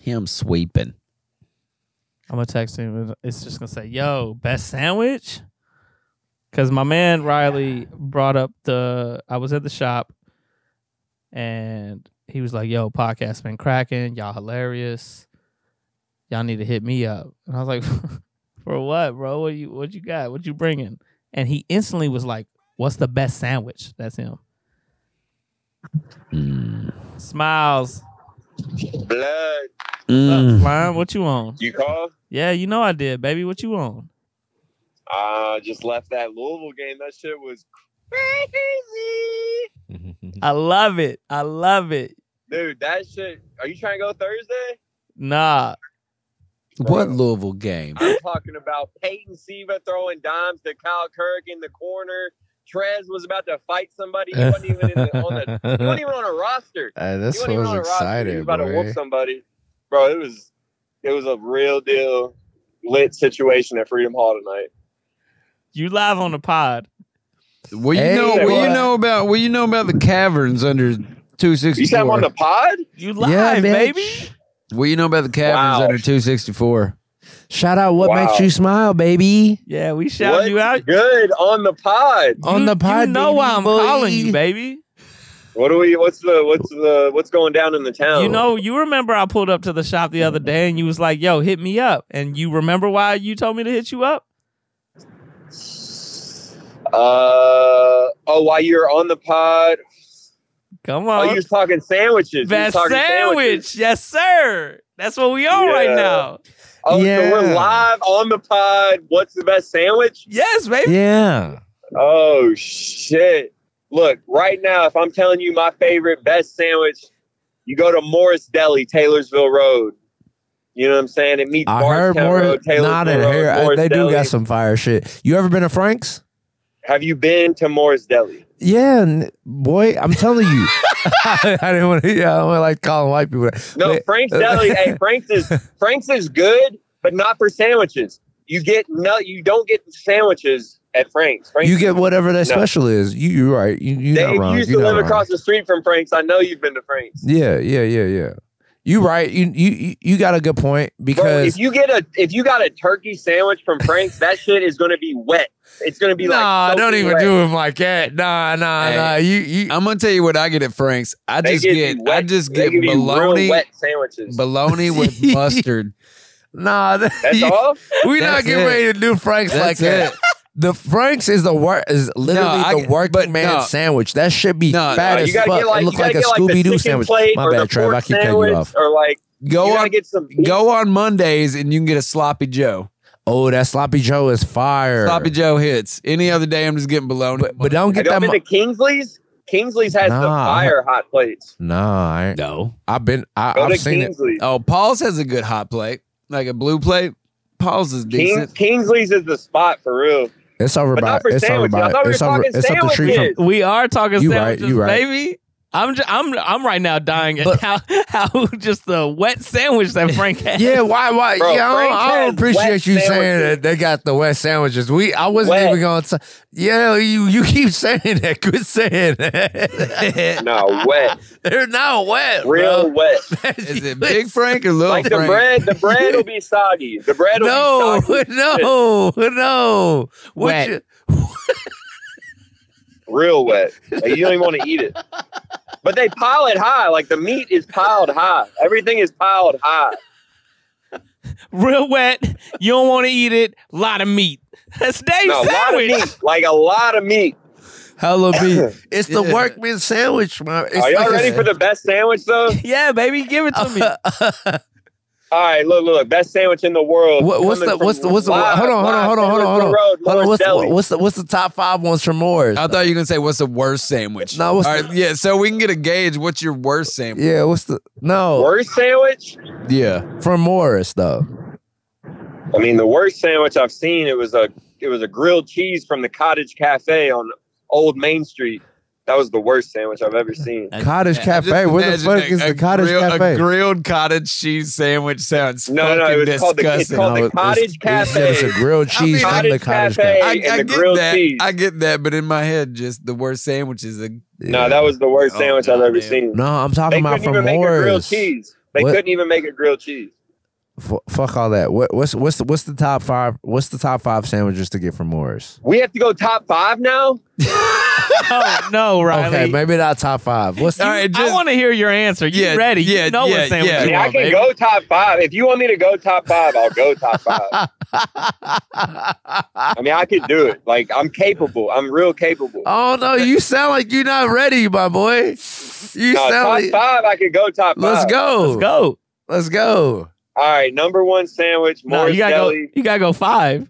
Him sweeping. I'm gonna text him. It's just gonna say, "Yo, best sandwich." Because my man Riley brought up the. I was at the shop, and he was like, "Yo, podcast been cracking. Y'all hilarious. Y'all need to hit me up." And I was like, <laughs> "For what, bro? What you what you got? What you bringing?" And he instantly was like, "What's the best sandwich?" That's him. Mm. Smiles. Blood, Up, Mm. Slime, what you on? you call? Yeah, you know I did, baby. What you on? Uh, just left that Louisville game. That shit was crazy, I love it. I love it. dude. That shit. Are you trying to go Thursday? Nah, What Louisville game? I'm talking about Peyton Siva throwing dimes to Kyle Kirk in the corner. Trez was about to fight somebody. He wasn't even in the, on the. He wasn't even on a roster. <laughs> Hey, He this wasn't even was on a roster. He was excited, about to boy. whoop somebody, bro. It was, it was a real deal lit situation at Freedom Hall tonight. you live on the pod. Well, you Hey, know, well, boy. you know about, well, you know about the caverns under two You said I'm on the sixty-four. pod? You live, Yeah, bitch. baby. Well, you know about the caverns Wow. under two sixty-four. Shout out what Wow. makes you smile, baby. Yeah, we shout What's you out Good on the pod. On You- the pod, You know why I'm baby. calling you, baby. What do we? What's the? What's the? What's going down in the town? You know, you remember I pulled up to the shop the other day and you was like, "Yo, hit me up." And you remember why you told me to hit you up? Uh oh, while you were on the pod, Come oh, on, you was talking sandwiches. You was best talking sandwich. sandwiches. Yes, sir. That's what we on right Yeah. now. Oh, so Yeah. we're live on the pod. What's the best sandwich? Yes, baby. Yeah. Oh shit! Look, right now, if I'm telling you my favorite best sandwich, you go to Morris Deli, Taylorsville Road. You know what I'm saying? It meets I heard Barstown more. Road, Taylor Not in Road, here. I- Moore's They do Deli. got some fire shit. You ever been to Frank's? Have you been to Moore's Deli? Yeah, n- boy, I'm <laughs> telling you. <laughs> I didn't want to. Yeah, I don't want to like calling white people. that. No, But- <laughs> Frank's Deli. hey, Frank's is Frank's is good, but not for sandwiches. You get no, you don't get sandwiches at Frank's. Frank's you get whatever that No. special is. You, you're right. You, you're They not wrong. used to You're not live wrong. across the street from Frank's. I know you've been to Frank's. Yeah, yeah, yeah, yeah. You right. You you you- you got a good point Bro, because if you get a if you got a turkey sandwich from Frank's, that shit is gonna be wet. It's gonna be like nah, don't soaking even wet. do him like that. Nah, nah, Hey. nah. You you. I'm gonna tell you what I get at Frank's. I They just give get you I wet- just they get give you real bologna wet sandwiches. <laughs> bologna with mustard. Nah, <laughs> that- That's all. we That's not getting it. ready to do Franks That's like that. it. The Franks is the work is literally I the get- but working man no. sandwich. That should be No, fat Uh, as you gotta fuck. get like it you look gotta like a get like Scooby the Doo chicken sandwich. plate My or the bad, Trev. pork I keep cutting sandwich you off. Or like you Go gotta on get some. go on Mondays and you can get a sloppy Joe. Oh, that sloppy Joe is fire. Sloppy Joe hits. Any other day I'm just getting bologna. but, but don't Have get y'all that. been to Mu- Kingsley's? Kingsley's has the Nah, I fire hot plates. nah, I, ain't- no. I've been. I, Go to I've seen it. Kingsley's. Oh, Paul's has a good hot plate, like a blue plate. Paul's is King, decent. Kingsley's is the spot for real. It's over But by. not for It's over sandwiches. I by. thought we were It's over. talking It's up the street from. sandwiches. We are talking You right, sandwiches, you right. baby. I'm just, I'm I'm right now dying at <laughs> But- how how just the wet sandwich that Frank had. Yeah, why? Why? Bro, yeah, I don't, Frank's I don't has appreciate wet you saying sandwiches. that they got the wet sandwiches. We, I wasn't Wet. even going to. Yeah, you, you keep saying that. Quit saying <laughs> that. No, wet, <laughs> They're not wet, real <laughs> bro. wet. Is it <laughs> Big Frank or Little Like the Frank? bread, the bread will be soggy. The bread will No, be <laughs> <laughs> soggy. no, no. What Wet. you- real wet. Like, you don't even want to eat it. But they pile it high. Like the meat is piled high. Everything is piled high. real wet. You don't want to eat it. Lot of meat. That's Dave's No, a lot of sandwich. meat. Like a lot of meat. Hello, B. <laughs> It's the Yeah. workman sandwich, man. It's Are y'all like a- ready for <laughs> the best sandwich though? Yeah, baby, give it to me. All right, look, look, look, best sandwich in the world. What, what's Coming the what's the from what's the live, hold on hold on live hold on hold Sandwich on hold on Road, hold on Moore's what's the, Deli. what's the what's the top five ones from Moore's? I thought you were gonna say what's the worst sandwich. No, what's All the- right, yeah. So we can get a gauge. What's your worst sandwich? yeah, what's the no worst sandwich? Yeah. from Morris though? I mean, the worst sandwich I've seen it was a it was a grilled cheese from the Cottage Cafe on Old Main Street. That was the worst sandwich I've ever seen. <laughs> Cottage Cafe. Just Where the imagine fuck is the Cottage grill- Cafe? A grilled cottage cheese sandwich sounds No, fucking no, it was called the- disgusting. it's called the No, it's- Cottage it's- It's a Cafe. grilled I mean, cheese from the Cottage Cottage Cafe. Cafe. I, and I the get grilled that. cheese. I get that, but in my head, just the worst sandwich is the No, that was the worst Oh, sandwich I've ever goddamn. seen. No, I'm they talking about couldn't from even make a grilled Morris. cheese. They What? couldn't even make a grilled cheese. F- fuck all that. What, what's what's the, what's the top five? What's the top five sandwiches to get from Morris? We have to go top five now. <laughs> Oh no, Riley. Okay, maybe not top five. What's the, All right, I just- want to hear your answer. You Yeah, ready? yeah, you know yeah, what sandwich yeah. I you mean, want, I can baby. go top five. If you want me to go top five, I'll go top five. I mean, I could do it. Like I'm capable. I'm real capable. <laughs> Oh no, you sound like you're not ready, my boy. You No, sound top like five, I could go top 5 let's go. Let's go. Let's go. All right, number one sandwich, No, Morris you gotta Deli. go. You gotta go five.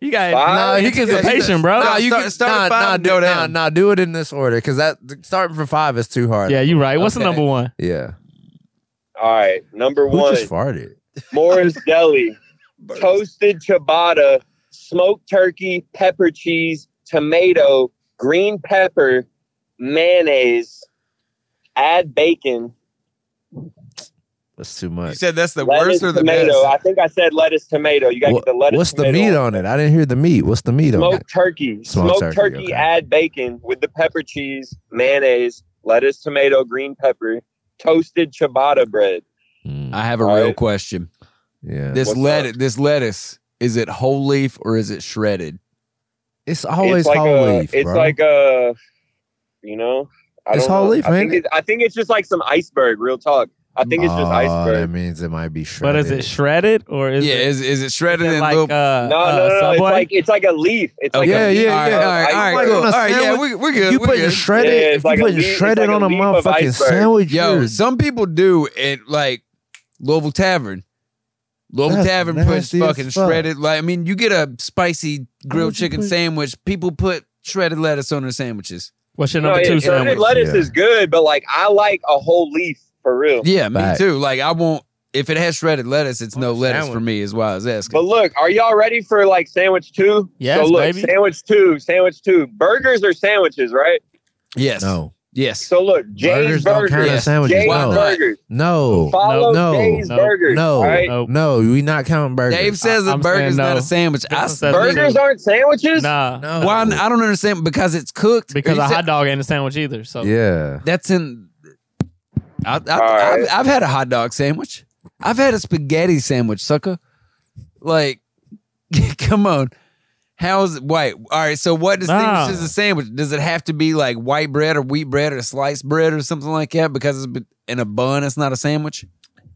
You got Five? No, you can It's patient, bro. Nah, you Start- can start nah, at five nah, and do, go nah, down. nah, do it in this order because that starting from five is too hard. Yeah, you're right. What's the Okay. number one? yeah. All right, number Who one, just farted? Morris Deli, toasted ciabatta, smoked turkey, pepper cheese, tomato, green pepper, mayonnaise. Add bacon, That's too You much. said that's the lettuce, worst or the tomato. best. I think I said lettuce, tomato. You gotta What- get the lettuce. what's the tomato meat on on it? I didn't hear the meat. What's the meat on it? smoked turkey. Smoked Smoked, turkey, turkey, okay. add bacon with the pepper cheese, mayonnaise, lettuce, tomato, green pepper, toasted ciabatta bread. Mm, I have a All real right. question. yeah. This What's lettuce, this lettuce, is it whole leaf or is it shredded? it's always it's like whole a, leaf. It's bro. like a, you know, I It's don't whole know. leaf, I think, ain't it, I think it's just like some iceberg. Real talk. I think it's just Oh, That iceberg. means it might be shredded. But is it shredded or is yeah, it, is is it is shredded it in like little? uh, No, no, uh, no, no. It's Subway? like it's like a leaf. It's uh, like Yeah, a leaf yeah, all right, yeah. of all right, all right, iceberg. cool. On a All right, yeah, sandwich, we, we're good. you we're put good. your shredded. Yeah, it's if you like a put your leaf- it's shredded like a on a leaf of motherfucking iceberg. sandwich, Yo, you're- some people do it like Louisville Tavern. Louisville That's Tavern puts nasty as fucking fuck. shredded. Like, I mean, you get a spicy grilled would you chicken put- sandwich. People put shredded lettuce on their sandwiches. what's your No, number yeah, two shredded sandwich? lettuce Yeah. is good, but like I like a whole leaf for real. Yeah, me Fact. too. Like, I want if it has shredded lettuce, it's no On a lettuce sandwich. for me. Is why I was asking. But look, are y'all ready for like sandwich two? Yes, so look, baby. sandwich two, sandwich two. Burgers are sandwiches, right? yes. No. Yes. So look, Jay's Burgers don't Burgers. count yeah. as sandwiches. Jay's Why No. not? Burgers. No. Follow No. Jay's No. Burgers. No. all right? Nope. No, we not counting burgers. Dave says I- a I'm burger's saying not no. a sandwich. I, That's what believe- Burgers aren't sandwiches? Nah, no. Why? I don't understand because it's cooked. because You a said- hot dog ain't a sandwich either. So Yeah. That's in. I, I, right. I've, I've had a hot dog sandwich. I've had a spaghetti sandwich, sucker. Like, <laughs> come on. How's it white? All right. So, what Nah. distinguishes a sandwich? Does it have to be like white bread or wheat bread or sliced bread or something like that? Because it's in a bun, it's not a <laughs> sandwich.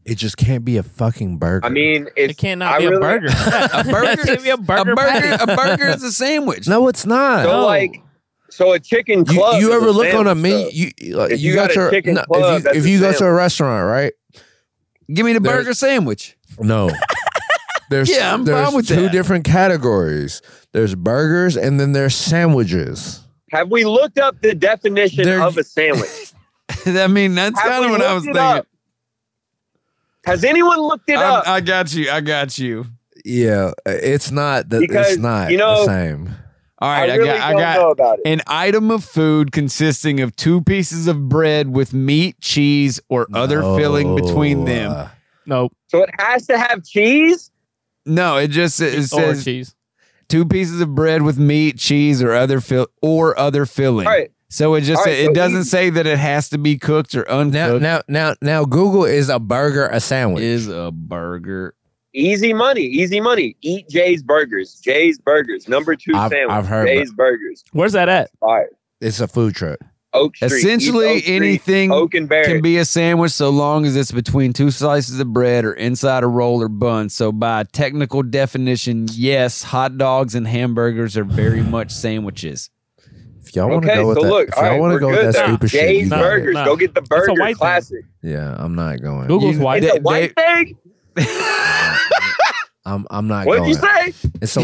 It just can't be a fucking burger. I mean, <laughs> it's, it cannot I be really- a burger. A burger, It can't be a burger. a burger, patty. a burger is a sandwich. no, it's not. So like, so a chicken you, club. you is ever look on a sandwich, menu? though. You, you, like, If you got a your chicken no, if club, you- that's if a you go to a sandwich. restaurant, right? Give me the There's- burger sandwich. No. <laughs> There's Yeah, I'm there's fine with two that. different categories. There's burgers and then there's sandwiches. Have we looked up the definition There- of <laughs> a sandwich? <laughs> I mean, that's Have kind of we what I looked was it thinking. up? Has anyone looked it I'm- up? I got you. I got you. Yeah, it's not that Because, it's not you the know- same. All right. I, really got. I don't got. know about it. An item of food consisting of two pieces of bread with meat, cheese, or other filling between No, them. uh, nope. So it has to have cheese. No, it just it Or says cheese. two pieces of bread with meat, cheese, or other fill or other filling. All right. So it just All right, it so doesn't easy. say that it has to be cooked or now, uncooked. now, now, now, Google is a burger a sandwich. is a burger. Easy money, easy money. Eat Jay's Burgers. Jay's Burgers, number 2 I've- sandwich. I've heard Jay's Burgers. Where's that at? Fire. it's a food truck. Oak Street. East Essentially, Oak Street. anything Oak and Berry. Can be a sandwich so long as it's between two slices of bread or inside a roll or bun. So, by technical definition, yes, hot dogs and hamburgers are very much sandwiches. If y'all want to okay, go with so that, look, if all y'all right, want we're to go good with that now. stupid shit, Jay's you got it. Burgers. No. Go get the burger white thing. classic. yeah, I'm not going. Google's You- white. It's They- a white thing. I'm, I'm not What did going. you <laughs> say? It's a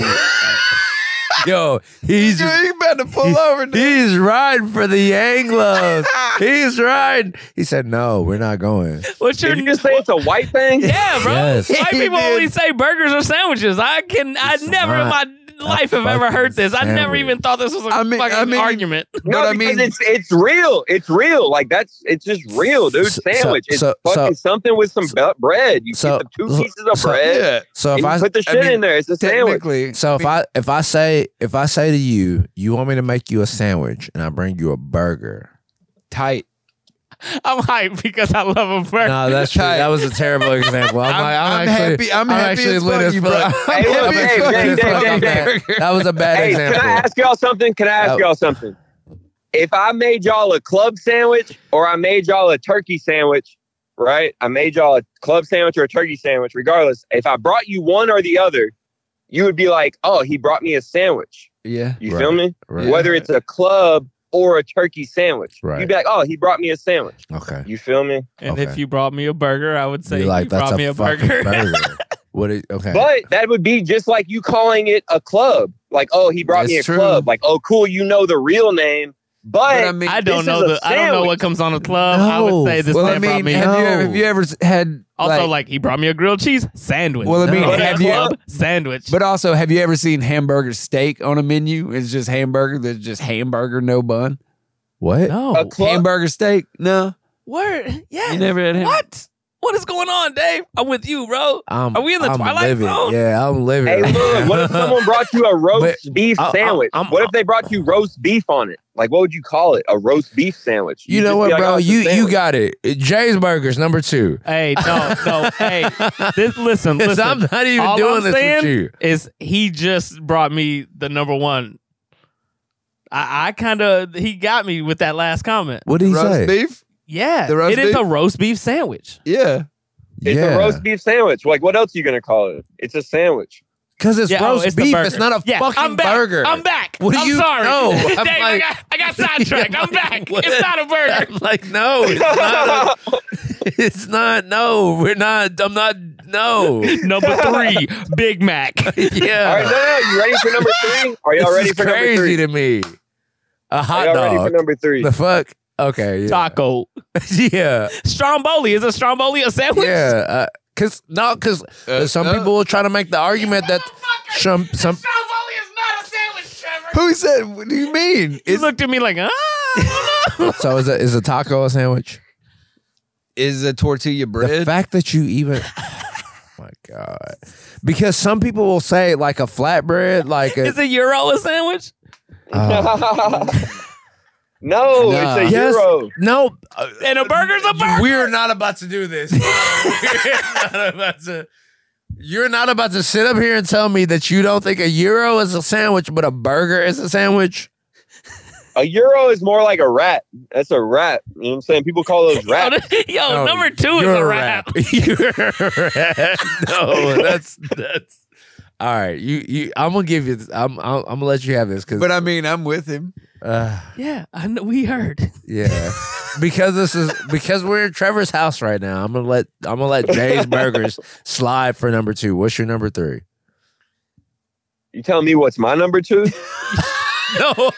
yo. He's about to pull over. he's riding for the Anglos. he's riding. He said, "No, we're not going." What's your Did you just say it's a white thing? Yeah, bro. Yes. White He people did. only say burgers or sandwiches. I can. I It's never in not my life have ever fucking heard this. I never sandwich. even thought this was a I mean- fucking I mean- argument. <laughs> No, But I because mean- it's it's real. It's real. Like that's it's just real, dude. So- Sandwich. It's so- so- fucking something with some be- bread. You so- get the two so- pieces of so- bread. So and if you I put the I shit mean, in there. It's a sandwich. Technically, So if I if I say if I say to you, you want me to make you a sandwich and I bring you a burger. tight. I'm hyped because I love a burger. No, that's true. Tight. That was a terrible example. I'm, I'm, like, I'm I'm, actually, happy. I'm, I'm happy actually as lit fuck as you, fuck. bro. <laughs> I'm <laughs> Hey, look, happy as hey, fuck hey, as hey, fuck hey, off that. That was a bad Hey, can I example. ask y'all something? Can I ask Oh. y'all something? If I made y'all a club sandwich or I made y'all a turkey sandwich, right? I made y'all a club sandwich or a turkey sandwich, regardless. If I brought you one or the other, you would be like, oh, he brought me a sandwich. Yeah. You Right. feel me? Right. Whether it's a club or a turkey sandwich, Right. you'd be like, oh, he brought me a sandwich. Okay. You feel me? and if okay. you brought me a burger, I would say You're you like that's brought a me a fucking burger. burger. What is okay. But that would be just like you calling it a club. Like, oh, he brought me a That's true. club. Like, oh, cool, you know the real name. But, But I mean, <laughs> I don't This know is a the. I don't know sandwich. what comes on the club. I No. would say this well, man I brought mean, me. have, you, ever- No. have you ever s- had <laughs> also, like- like he brought me a grilled cheese sandwich. Well, I mean, Go to have a you- club sandwich? But also, have you ever seen hamburger steak on a menu? It's just hamburger. There's just hamburger, no bun. what? a no, club. Hamburger steak? No, word. Yeah, you never had. Ham- What? What is going on, Dave? I'm with you, bro. I'm, Are we in the I'm Twilight living. Zone? Yeah, I'm living. Hey, right look, now. <laughs> what if someone brought you a roast beef I- I- sandwich? I'm- what if they brought you roast beef on it? Like, what would you call it? A roast beef sandwich. you You'd know just be what, like, bro? oh, it's a You you sandwich. got it. Jay's Burgers number two. Hey, no, <laughs> no, hey. This listen, Because listen. I'm not even all doing I'm this saying with you. is he just brought me the number one. I, I kind of he got me with that last comment. What did he roast say? beef? Yeah, The roast it is beef? a roast beef sandwich. Yeah. It's a roast beef sandwich. Like, what else are you gonna call it? It's a sandwich. Because it's Yeah, oh, roast the beef. burger. It's not a Yeah, fucking I'm back. burger. I'm back. What do I'm you sorry. know? <laughs> Dave, I'm I, like- got, I <laughs> got sidetracked. I'm back. What? It's not a burger. <laughs> I'm like, no, <laughs> it's not. A, <laughs> it's not. No, we're not. I'm not. <laughs> No. Number three, Big Mac. All right, no, <laughs> Yeah. no, you ready for number three? Are y'all this ready is for number crazy three? to me. A Are hot y'all ready for dog. number three? <laughs> The fuck? Okay. Yeah. Taco. <laughs> yeah. <laughs> Stromboli. Is a stromboli a sandwich? Yeah. Uh, Cause no, cause some uh, people will try to make the argument that some some Who said? What do you <laughs> mean? He Is looked at me like, ah. so is a is a taco a sandwich? is a tortilla The bread? fact that <laughs> you even my god, because some people will say like a flatbread, like a, Is a euro a sandwich? uh, no, Nah. it's a Yes. euro. no. uh, And a burger's a burger. We're not about to do this. <laughs> We're not about to. You're not about to sit up here and tell me that you don't think a euro is a sandwich, but a burger is a sandwich. A euro is more like a rat. That's a rat. You know what I'm saying? People call <laughs> Oh, <laughs> those Yo, rats. No, number two is You're a wrap. <laughs> You're a rap. No, that's that's. All right, you you. I'm gonna give you. This. I'm, I'm I'm gonna let you have this because. But I mean, I'm with him. uh, <laughs> Yeah, I know, we heard. yeah, because this is because we're in Trevor's house right now. I'm gonna let I'm gonna let Jay's <laughs> Burgers slide for number two. What's your number three? You tell me what's my number two? No,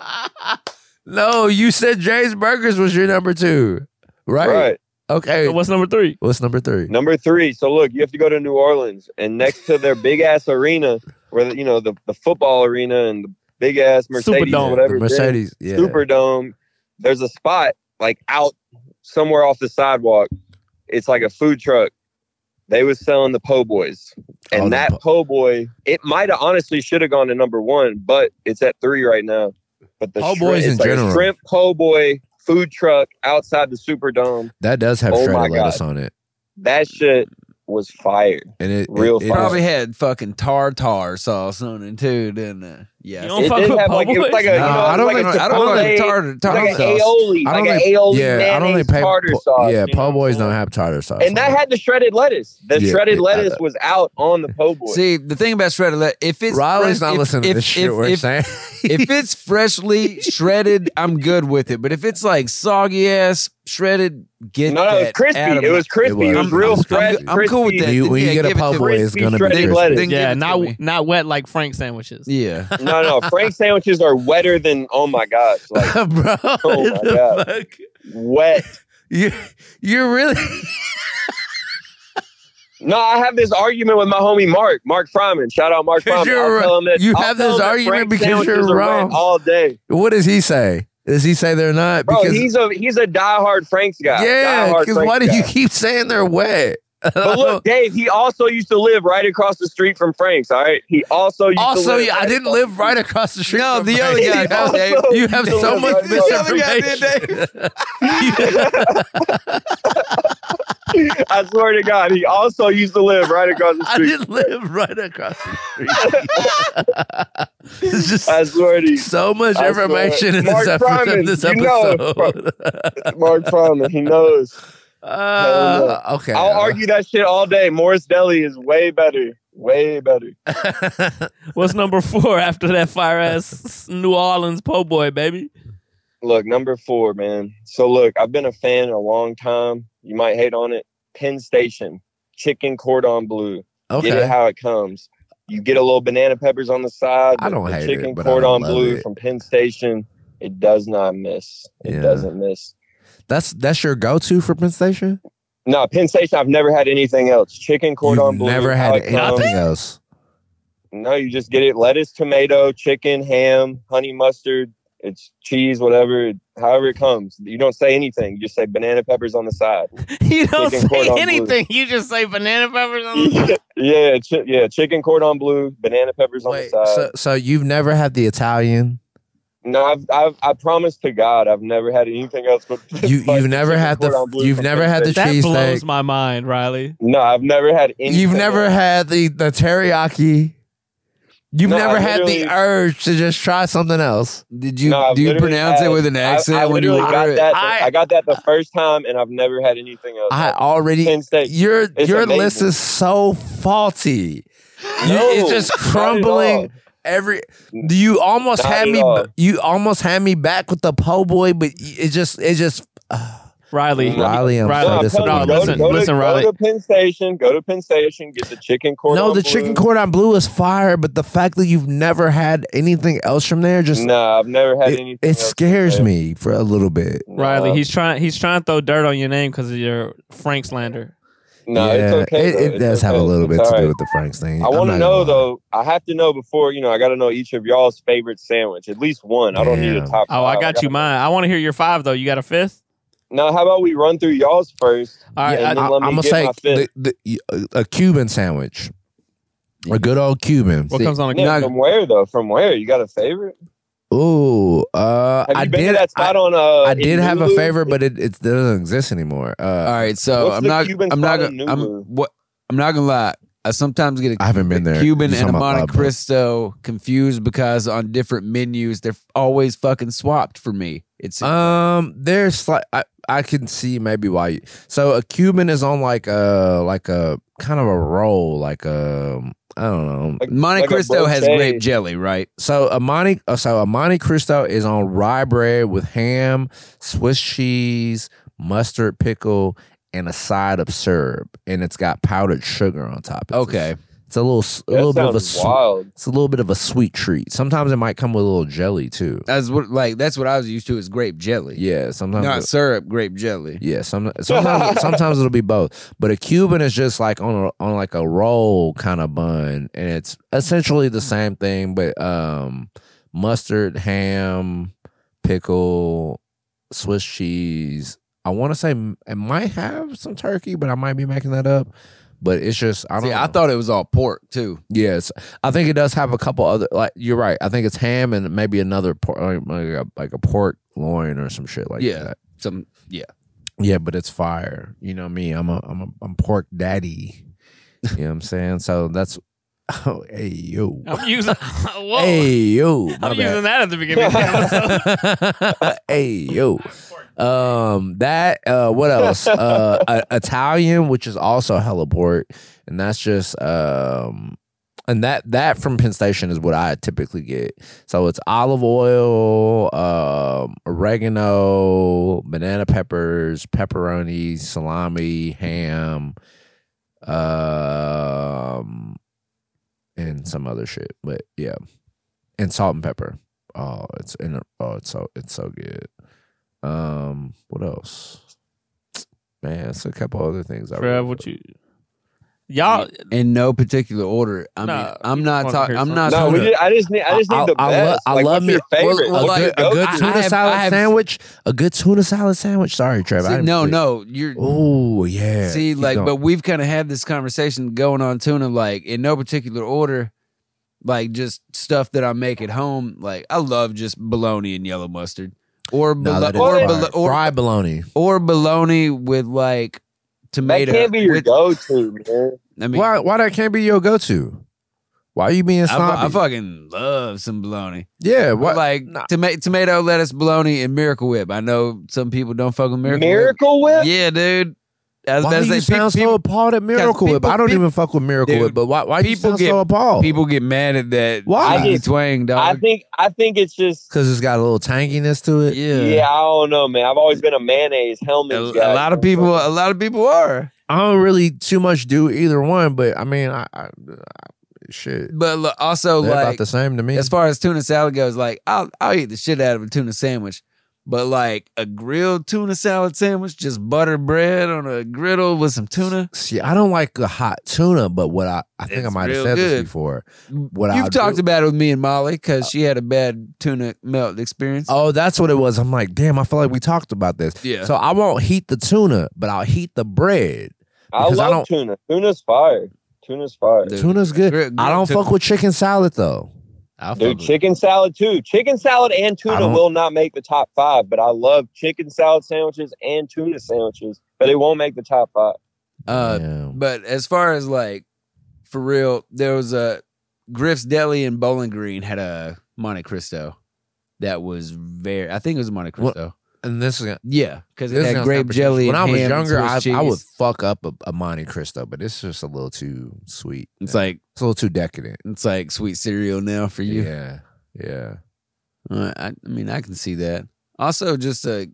<laughs> no. You said Jay's Burgers was your number two, right? right. Okay. So what's number three? What's number three? Number three. So look, you have to go to New Orleans, and next to their big ass arena, where the, you know the, the football arena and the big ass Mercedes, Superdome. whatever, the Mercedes. it Yeah. is, Superdome. There's a spot like out somewhere off the sidewalk. It's like a food truck. They was selling the po' boys, and Oh, the that po- po-, boy, it might have honestly should have gone to number one, but it's at three right now. But the Po' shrimp- boys in it's like a general. shrimp po' boy food truck outside the Superdome. That does have Oh shredded my God. lettuce on it, That shit was fire. and it Real It, it, fire. is- Probably had fucking tartar sauce on it too, didn't it? Yeah. You No, don't It fuck did with have, like, po' it was boys? like a- you know, I don't like think a I don't Chipotle, think tartar It's tartar like an sauce. aioli, I like don't an think- aioli yeah, I don't mayonnaise think pay, tartar po- sauce. Yeah, you know po' what boys I'm saying? don't have tartar sauce. And that on it. had the shredded lettuce. The Yeah, shredded it- lettuce I- was out on the po' boy. See, the thing about shredded, le- if it's Riley's fresh- not if- listening to if- this shit if- we're if- <laughs> saying. if it's freshly shredded, I'm good with it. But if it's like soggy ass shredded, no, get no, that it was crispy. out of It my- was crispy. It It was. was, I'm- real I'm- fresh. I'm- I'm cool with crispy. that. when you, when you Yeah, get a give it po' to boy, me. it's gonna be Crispy shredded crispy. lettuce. Then give it Yeah, to me. not not wet like Frank sandwiches. Yeah, No, no, Frank sandwiches are wetter than oh my gosh, like <laughs> bro. Oh what my the God. fuck? wet. You, you're really. <laughs> No, I have this argument with my homie Mark, Mark Fryman. Shout out Mark 'Cause Fryman. you're- I'll tell him that, you I'll have tell this him that argument Frank because sandwiches you're are wet wrong. all day. What does he say? Does he say they're not? Bro, because he's a he's a diehard Frank's guy. yeah, Diehard because Frank's why do guy. you keep saying they're wet? But <laughs> look, <laughs> Dave, he also used to live right across the street from Frank's, all right? He also used to also, live I right didn't across live right across the street. No, from the other <laughs> Frank's. guy <laughs> the- down there. Also, You have he used to so live much right across- The other guy did misinformation. <laughs> I swear to God, he also used to live right across the <laughs> I street. didn't live right across the <laughs> street. it's just I swear <laughs> to you, so much I swear. information in uh, Mark this, episode, Fryman, this you know it, bro. episode. Mark Froman, he knows. Uh, <laughs> okay. I'll argue that shit all day. Morris Deli is way better, way better. What's <laughs> number four after that fire ass New Orleans po' boy, baby? <laughs> Look, number four, man. So look, I've been a fan a long time. You might hate on it. Penn Station chicken cordon bleu. Get it okay. how it comes. You get a little banana peppers on the side. I the- don't the hate chicken it, but I don't cordon love bleu it. from Penn Station. It does not miss. It Yeah. doesn't miss. That's that's your go-to for Penn Station. No, Penn Station. I've never had anything else. Chicken cordon You've bleu. never how had it comes. anything else. No, you just get it lettuce, tomato, chicken, ham, honey mustard, it's cheese, whatever, however it comes. You don't say anything. You just say banana peppers on the side. You don't say Chicken cordon bleu. anything. You just say banana peppers. <laughs> On the- <laughs> yeah, chi- yeah, chicken cordon bleu, banana peppers on Wait, the side. so so you've never had the Italian? no, I've, I've I promise to God, I've never had anything else. But You but you've never chicken had the cordon bleu you've from never Penn had the Station. that blows cheesesteak. my mind, Riley. No, I've never had anything. You've never else. had the the teriyaki. You've No, never I had the literally- urge to just try something else. Did you No, I've do you literally pronounce had- it with an accent I, I when you literally got order it? that. The, I- I, got that the first time, and I've never had anything else. I already Penn State. your It's your amazing. list is so faulty. You- it's just not at all. crumbling every. You almost Not had at me. all. You almost had me back with the po' boy, but it just it just. Riley, No. Riley, I'm Riley, so I'm disappointed. telling you, No, listen, go to, go listen, to, Riley. Go to Penn Station. Go to Penn Station. Get the chicken cordon. no, the bleu. chicken cordon bleu is fire, but the fact that you've never had anything else from there just Nah, I've never had it, anything. it else. scares man. me for a little bit. Nah. Riley, he's trying. He's trying to throw dirt on your name because of your Frank slander. No, it's okay. It, though. it It's does have a okay. little It's bit to all do right. with the Franks thing. I I'm want not to gonna know lie. though. I have to know before you know. I got to know each of y'all's favorite sandwich. At least one. I don't need a Damn. top. Oh, I five. got you gotta- mine. I want to hear your five though. You got a fifth? Now, how about we run through y'all's first? All right. Yeah, I- no. I, then let me am gonna get say my the, the, a a Cuban sandwich, a good old Cuban. what comes on? A, Nick, from where though? From where? You got a favorite? Ooh, uh, Have you I been did. to that I, spot on? Uh, I did have a Inulu? favorite, but it, it doesn't exist anymore. Uh, All right, so What's I'm the not. Cuban I'm not. spot in Gonna, I'm Nubu? what? I'm not gonna lie. I sometimes get I a haven't been there. Cuban You're and a talking about Monte Pablo. Cristo confused because on different menus they're always fucking swapped for me. It's Um, there's like I, I can see maybe why. You, so a Cuban is on like a like a kind of a roll, like a I don't know. Like- Monte like a Cristo has brochet. grape jelly, right? So a Monte uh, so a Monte Cristo is on rye bread with ham, Swiss cheese, mustard pickle, and a side of syrup, and it's got powdered sugar on top. It's a- Okay, it's a little s- a That little bit of a sounds sw- wild. it's a little bit of a sweet treat. Sometimes it might come with a little jelly too. that's what like that's what I was used to is grape jelly, Yeah, sometimes not it- syrup, grape jelly. Yeah, some, <laughs> sometimes sometimes it'll be both, but a Cuban is just like on a, on like a roll kind of bun, and it's essentially the same thing, but um, mustard, ham, pickle, Swiss cheese. I want to say m- it might have some turkey, but I might be making that up. But it's just I I, don't. See, know. I thought it was all pork too. yes, I think it does have a couple other. Like you're right. I think it's ham and maybe another por- like, a, like a pork loin or some shit like Yeah. that. Some yeah. Yeah, but it's fire. You know me. I'm a I'm a I'm pork daddy. You know what I'm saying? So that's <laughs> oh hey yo. <laughs> I'm using. Whoa. Hey yo. My I'm using bad. that at the <laughs> beginning. of the episode. <laughs> hey yo. Um that uh what else? Uh a- Italian, which is also hella pork, and that's just um and that that from Penn Station is what I typically get. So it's olive oil, um, oregano, banana peppers, pepperoni, salami, ham, um, and some other shit. But yeah, and salt and pepper. Oh, it's in. Oh, it's so it's so good. Um, what else? Man, it's a couple other things. I Trev, really- what you? Y'all, In no particular order. I mean, Nah, I'm you not wanna talking. hear I'm not. No, we talking- just, I just need. I just need the I, best. love, I like, love what's your me- favorite? well, What's a your good, a good go-to? I tuna have- salad I have- sandwich. A good tuna salad sandwich. Sorry, Trev. I See, didn't no, pick- no. You're Oh yeah. see Keep like, going. but we've kind of had this conversation going on tuna like in no particular order. Like just stuff that I make at home. Like I love just bologna and yellow mustard, or No, bolo- that is or, fried. bolo- or fried bologna. or bologna with like that tomato. can't be your with- go-to, man. I mean, why? I, Why that can't be your go-to? Why you being fu- sloppy? I fucking love some bologna. yeah. What? Like Nah. toma- tomato, lettuce, bologna, and Miracle Whip. I know some people don't fuck with Miracle, Whip. Miracle Whip. Yeah, dude. I was why about to do you say, pe- sound so people, appalled at Miracle Whip? people- I don't peop- even fuck with Miracle Dude, Whip, but why? Why you people sound get- so appalled? people get mad at that. Why? Jiggy Twang, I dog. think. I think it's just. because it's got a little tanginess to it. yeah. Yeah. I don't know, man. I've always been a mayonnaise A, helmet guy. a lot of people, a lot of people are. I don't really too much do either one, but I mean, I, I, I shit. But look, also, They're about like, the same to me. as far as tuna salad goes, like, I'll, I'll eat the shit out of a tuna sandwich. But, like, a grilled tuna salad sandwich, just butter bread on a griddle with some tuna. See, I don't like the hot tuna, but what I, I think I It's might have real said this good. before. What You've I'll talked do- Uh, about it with me and Molly because she had a bad tuna melt experience. Oh, that's what it was. I'm like, damn, I feel like we talked about this. Yeah. So I won't heat the tuna, but I'll heat the bread. I because I love don't- tuna. Tuna's fire. Tuna's fire. Dude, Tuna's good. Grill- I don't grilled fuck with chicken salad though. I'll fuck Dude, with- chicken salad too. Chicken salad and I tuna don't- will not make the top five, but I love chicken salad sandwiches and tuna sandwiches, but it won't make the top five. Uh, Damn. But as far as like for real, there was a Griff's Deli in Bowling Green had a Monte Cristo that was very. I think it was Monte Well, Cristo. and this is yeah, because it this is had gonna grape sound jelly. When and I was ham and younger, I, Swiss I would cheese. fuck up a, a Monte Cristo, but it's just a little too sweet. It's like it's a little too decadent. it's like sweet cereal now for you. Yeah, yeah. Uh, I, I mean, I can see that. Also, just a.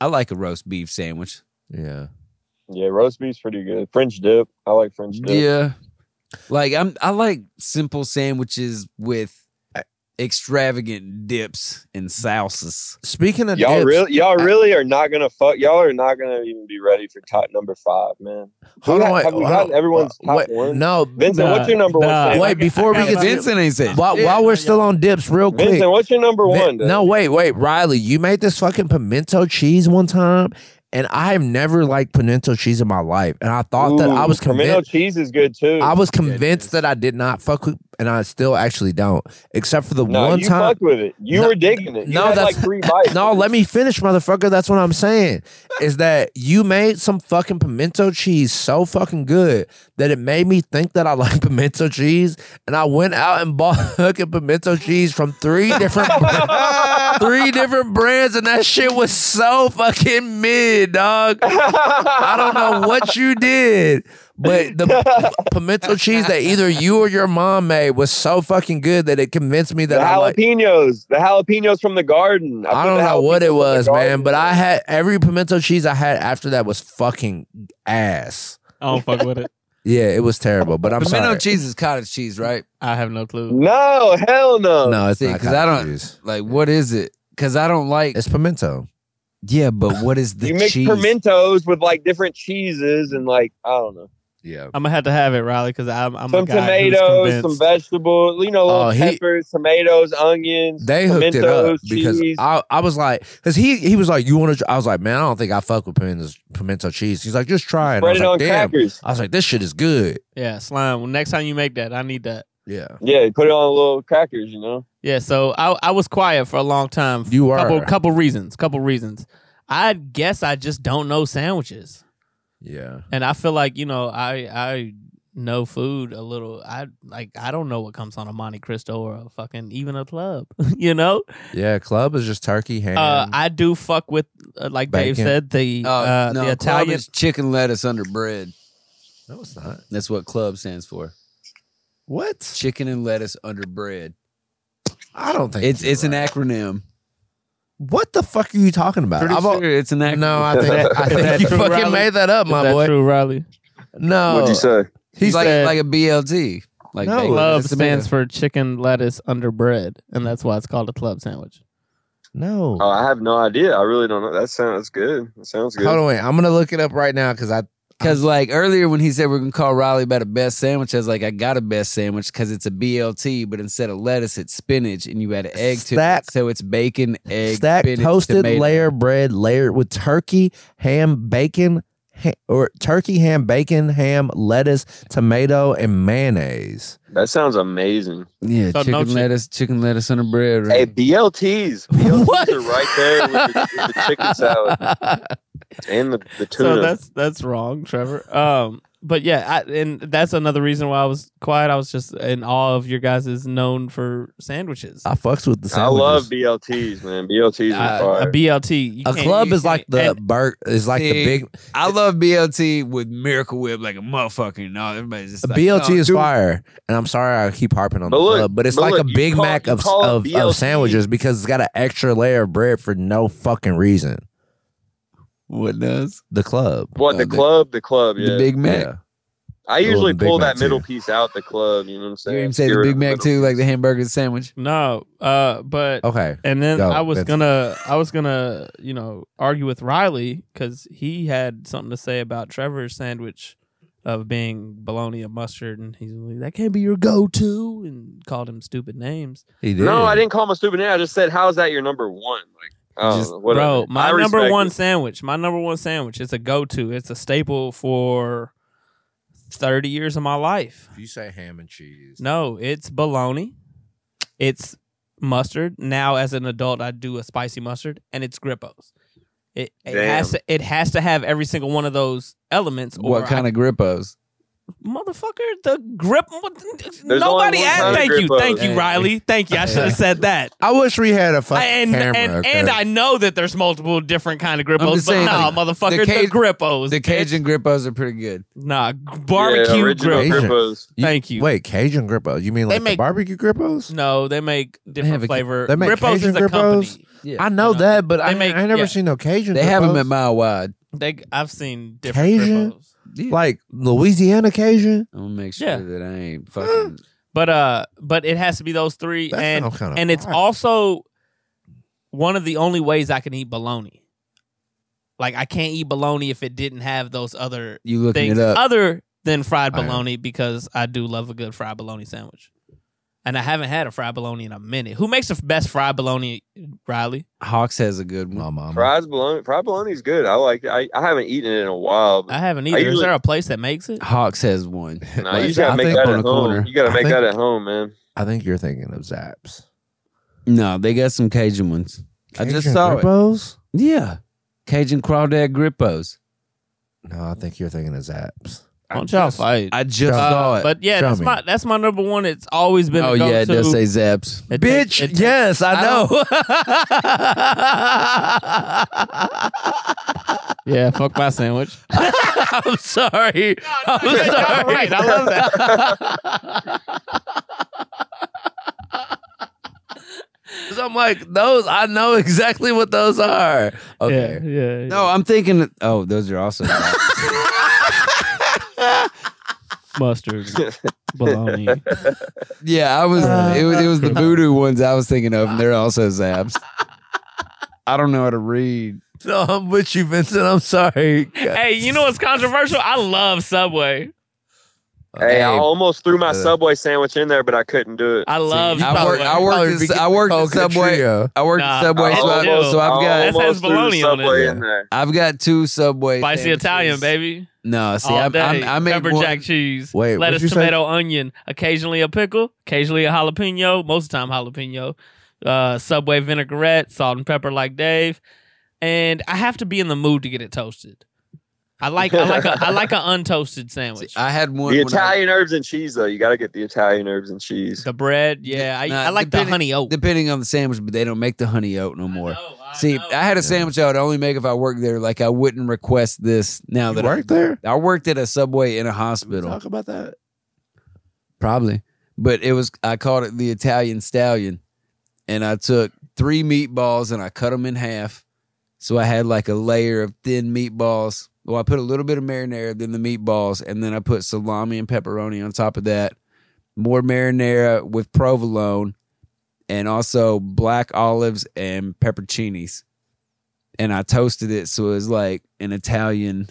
I like a roast beef sandwich. Yeah. Yeah, roast beef's pretty good. French dip. I like French dip. Yeah. Like I'm I like simple sandwiches with extravagant dips and salsas. Speaking of Y'all dips, really, y'all really are not gonna fuck. Y'all are not gonna even be ready for top number five, man. hold We on, ha- wait, have we hold gotten on. everyone's top Wait, one? <laughs> No, Vincent, Nah, what's your number nah. one? wait. Sandwich? Before we I get got to Vincent ain't said while, shit. while we're still on dips, real quick. Vincent, what's your number Vin- one? dude? no, wait, wait, Riley, you made this fucking pimento cheese one time, and I have never liked pimento cheese in my life, and I thought that I Ooh, was pimento convinced. cheese is good too. I was convinced that I did not fuck with, and I still actually don't, except for the no, one you time. fucked with it. You No, were digging it. You no, had that's- like three bites. <laughs> No, let me finish, motherfucker. That's what I'm saying. Is that you made some fucking pimento cheese so fucking good that it made me think that I like <laughs> pimento cheese, and I went out and bought <laughs> fucking pimento cheese from three different three different brands, and that shit was so fucking mid, dog. I don't <laughs> know what you did, but the, the pimento cheese that either you or your mom made was so fucking good that it convinced me The that I like. jalapenos, the jalapenos from the garden. I put don't the know jalapenos what it from the was, man, garden. but I had every pimento cheese I had after that was fucking ass. I don't fuck with it. Yeah, it was terrible. But I'm pimento sorry. cheese is cottage cheese, right? I have no clue. No, hell no. No, it's See, not 'cause I cottage don't- cheese. Like, what is it? Because I don't like. It's pimento. Yeah, but what is the you mix cheese? pimentos with like different cheeses and like I don't know Yeah. I'm gonna have to have it, Riley, because I'm, I'm a some guy tomatoes, who's some convinced. vegetables, you know, little Oh, he- peppers, tomatoes, onions. They hooked it up pimentos, because cheese. I, I was like, because he he was like, you want to? I was like, man, I don't think I fuck with pimento, pimento cheese. He's like, just try it. And I spread was it like, on damn. crackers. I was like, this shit is good. yeah, slime. Well, next time you make that, I need that. Yeah, Yeah, put it on little crackers, you know. Yeah, so I I was quiet for a long time. you were. couple couple reasons. Couple reasons. I guess I just don't know sandwiches. yeah, and I feel like you know I I know food a little. I like I don't know what comes on a Monte Cristo or a fucking even a club. <laughs> you know, yeah. Club is just turkey ham. uh, I do fuck with uh, like Dave Bacon. said the Oh, uh, no, the club Italian. is chicken lettuce under bread. no, it's not. That's what club stands for. What? Chicken and lettuce under bread. I don't think It's you're it's an right. acronym. What the fuck are you talking about? Pretty I've al- sure it's an acronym. No, I think I Is think that you true, fucking Riley? made that up, Is my that boy. true, Riley? No, say? he's like said- like a BLT. Like No, bacon, Club lettuce, tomato. stands for chicken lettuce under bread, and that's why it's called a club <laughs> sandwich. no. Oh, I have no idea. I really don't know. That sounds good. That sounds good. Hold on, wait. I'm gonna look it up right now because I Cause like earlier when he said we're gonna call Riley about a best sandwich, I was like, I got a best sandwich because it's a BLT, but instead of lettuce, it's spinach, and you add an egg to Stack- it, so it's bacon, egg, stack spinach, toasted tomato. layer bread layered with turkey, ham, bacon, ha- or turkey, ham, bacon, ham, lettuce, tomato, and mayonnaise. That sounds amazing. Yeah, So no chicken chicken. lettuce, chicken lettuce under bread. Hey, Right? BLTs. BLTs What? are right there with the, with the <laughs> chicken salad and the, the tuna. So that's that's wrong, Trevor. Um, but yeah, I, and that's another reason why I was quiet. I was just in awe of your guys is known for sandwiches. I fucks with the. I Sandwiches. love BLTs, man. BLTs are Uh, fire. a BLT. You A can't- club you is like can't- the and- burger is like the See, big I love BLT with Miracle Whip like a motherfucker. No, everybody's just like, "Oh, BLT no, is dude. fire, and I'm sorry I keep harping on But the look- club, but it's but like look, a you Big call- Mac you of, call it of, of BLT. sandwiches because it's got an extra layer of bread for no fucking reason. What does The club, what, the uh, the- club? The club, yeah. the Big Mac? yeah, I Well, usually the Big pull Mac that middle too. piece out the club. You know what I'm You saying? even say Get the rid Big of Mac middle too, like the piece. hamburger sandwich. No, uh, but okay, and then Yo, I was that's- gonna, I was gonna, you know, argue with Riley because he had something to say about Trevor's sandwich of being bologna and mustard, and he's like, that can't be your go-to, and called him stupid names. he did. No, I didn't call him a stupid name. I just said, "How's that your number one?" Like, I don't Just- know, whatever. Bro, my I number respect one it. sandwich, my number one sandwich, it's a go-to, it's a staple for thirty years of my life. If you say ham and cheese, No, it's bologna. It's mustard. Now, as an adult, I do a spicy mustard, and it's Grippos. It, it Damn. has to it has to have every single one of those elements. Or What kind of grippos? of motherfucker? The grip. only Nobody one asked. kind of Thank you, Grippos. thank you, Hey. <laughs> Riley. Thank you. I should have said that. I wish we had a fucking and camera. and, okay? and I know that there's multiple different kind of Grippos, just but saying, nah, like, motherfucker, the the, Cajun- Grippos. The bitch. Cajun grippos are pretty good. nah, g- Yeah, barbecue original Grippos. Grill. Grippos. thank you. Wait, Cajun grippos? You mean like the make- barbecue grippos? No, they make different have a- flavor. they make Grippos Cajun is a Grippos? company. Yeah, I know No. that, but I, They make- I ain't never yeah. seen no Cajun. they have them Grippos. at mile wide. They, I've seen different Cajun? Grippos. Yeah. like Louisiana Cajun. I'm gonna make sure Yeah. that I ain't fucking But uh, but it has to be those three, That and sound kinda and it's hard. also one of the only ways I can eat bologna. Like I can't eat bologna if it didn't have those other You looking things it up? other than fried I am. bologna because I do love a good fried bologna sandwich. And I haven't had a fried bologna in a minute. Who makes the best fried bologna, Riley? Hawks has a good one. My mom. Fries bologna, fried bologna is good. I like. it. I, I haven't eaten it in a while. I But haven't either. Is usually- there a place that makes it? Hawks has one. nah, Like, you gotta I make think that on at the corner. home. You gotta I make think- that at home, man. I think you're thinking of Zaps. No, they got some Cajun ones. I just Cajun saw it. Gripos? Yeah, Cajun crawdad grippos. No, I think you're thinking of Zaps. Don't y'all fight. I just Uh, saw it. But yeah, Show that's me. my that's my number one. It's always been. oh a yeah, it go-to. does say Zaps. It Bitch, takes- it takes- <laughs> yes, I, I know. yeah, fuck my sandwich. I'm <laughs> sorry. I'm You're sorry. right. <laughs> I love that. So I'm like, those, I know exactly what those are. Okay. Yeah, yeah. No, I'm thinking. Oh, those are also. mustard, <laughs> bologna. yeah, I was. It was, it was the voodoo ones I was thinking of, and they're also Zaps. I don't know how to read. No, I'm with you, Vincent. I'm sorry. <laughs> hey, you know what's controversial? I love Subway. Hey, I Hey, almost threw my uh, Subway sandwich in there, but I couldn't do it. I love. you I Subway. work. I probably work. At, be I work at Coca Subway. Trio. I work Nah, at Subway, I so, I, almost- so I've I got That's has almost threw bologna on it. Subway Yeah. in there. I've got two Subway Spicy sandwiches. Italian, baby. No, see, All I'm, day. I'm, I made pepper one- jack cheese. Wait, what'd lettuce, you say? tomato, onion. Occasionally a pickle. Occasionally a jalapeno. Most of the time jalapeno. Uh, Subway vinaigrette, salt and pepper, like Dave. And I have to be in the mood to get it toasted. I like I like a, <laughs> I like an untoasted sandwich. I had one. The when I- Italian herbs and cheese, though, you gotta get the Italian herbs and cheese. the bread, yeah. I, Nah, I like the depending- honey oat. Oh, depending on the sandwich, but they don't make the honey oat no more. See, know. I had a sandwich I would only make if I worked there. Like I wouldn't request this now that You worked there? I, I worked at a subway in a Did we hospital, talk about that? probably. But it was I called it the Italian stallion, and I took three meatballs and I cut them in half, so I had like a layer of thin meatballs. Well, I put a little bit of marinara, then the meatballs, and then I put salami and pepperoni on top of that. More marinara with provolone, and also black olives and pepperoncinis. And I toasted it so it was like an Italian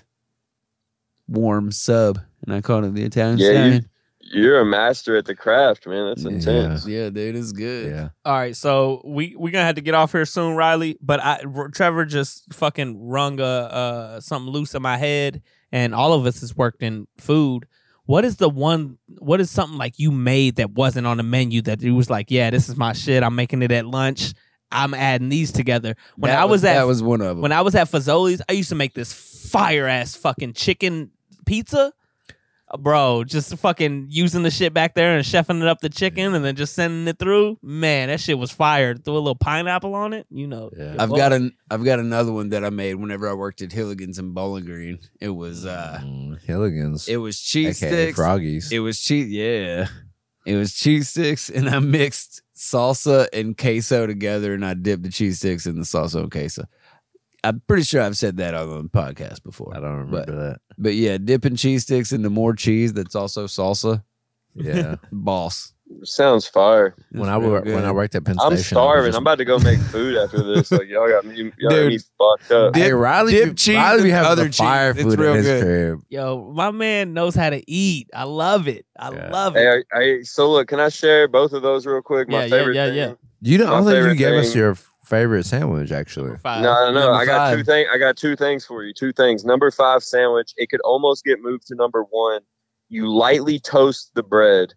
warm sub, and I called it the Italian Yeah, you- stallion. You're a master at the craft, man. That's Yeah. intense. Yeah, dude, it's good. Yeah. All right, so we we're gonna have to get off here soon, Riley. But I R- Trevor just fucking rung a uh, something loose in my head, and all of us has worked in food. What is the one? What is something like you made that wasn't on the menu that you was like, yeah, this is my shit. I'm making it at lunch. I'm adding these together. When That I was, at that was one of them. when I was at Fazoli's, I used to make this fire ass fucking chicken pizza. Uh, Bro, just fucking using the shit back there and chefing it up the chicken and then just sending it through. Man, that shit was fire. Threw a little pineapple on it, you know. Yeah. I've got an I've got another one that I made whenever I worked at Hilligan's in Bowling Green. It was uh Mm, Hilligan's. it was cheese AKA sticks. Froggies. It was cheese yeah. It was cheese sticks and I mixed salsa and queso together and I dipped the cheese sticks in the salsa and queso. I'm pretty sure I've said that on the podcast before. I don't remember But, that. but yeah, dipping cheese sticks into more cheese that's also salsa. <laughs> Yeah. Boss. Sounds fire. It was when I real wor- when good. I worked at Penn I'm Station, I was starving. just- I'm about to go make food after this. Like y'all got me, y'all got Dude. me fucked up. Dip- hey, Riley, dip be- cheese Riley be and having other the fire cheese. It's food in real his good. crib. Yo, my man knows how to eat. I love it. I Yeah. love it. Hey, I, I, so look, can I share both of those real quick? Yeah, My yeah, favorite yeah, thing. yeah. You don't, I My don't think you favorite gave us thing- your favorite sandwich, actually. Five. No, no, no. number I got two five. things. I got two things for you. Two things. Number five sandwich. It could almost get moved to number one. You lightly toast the bread,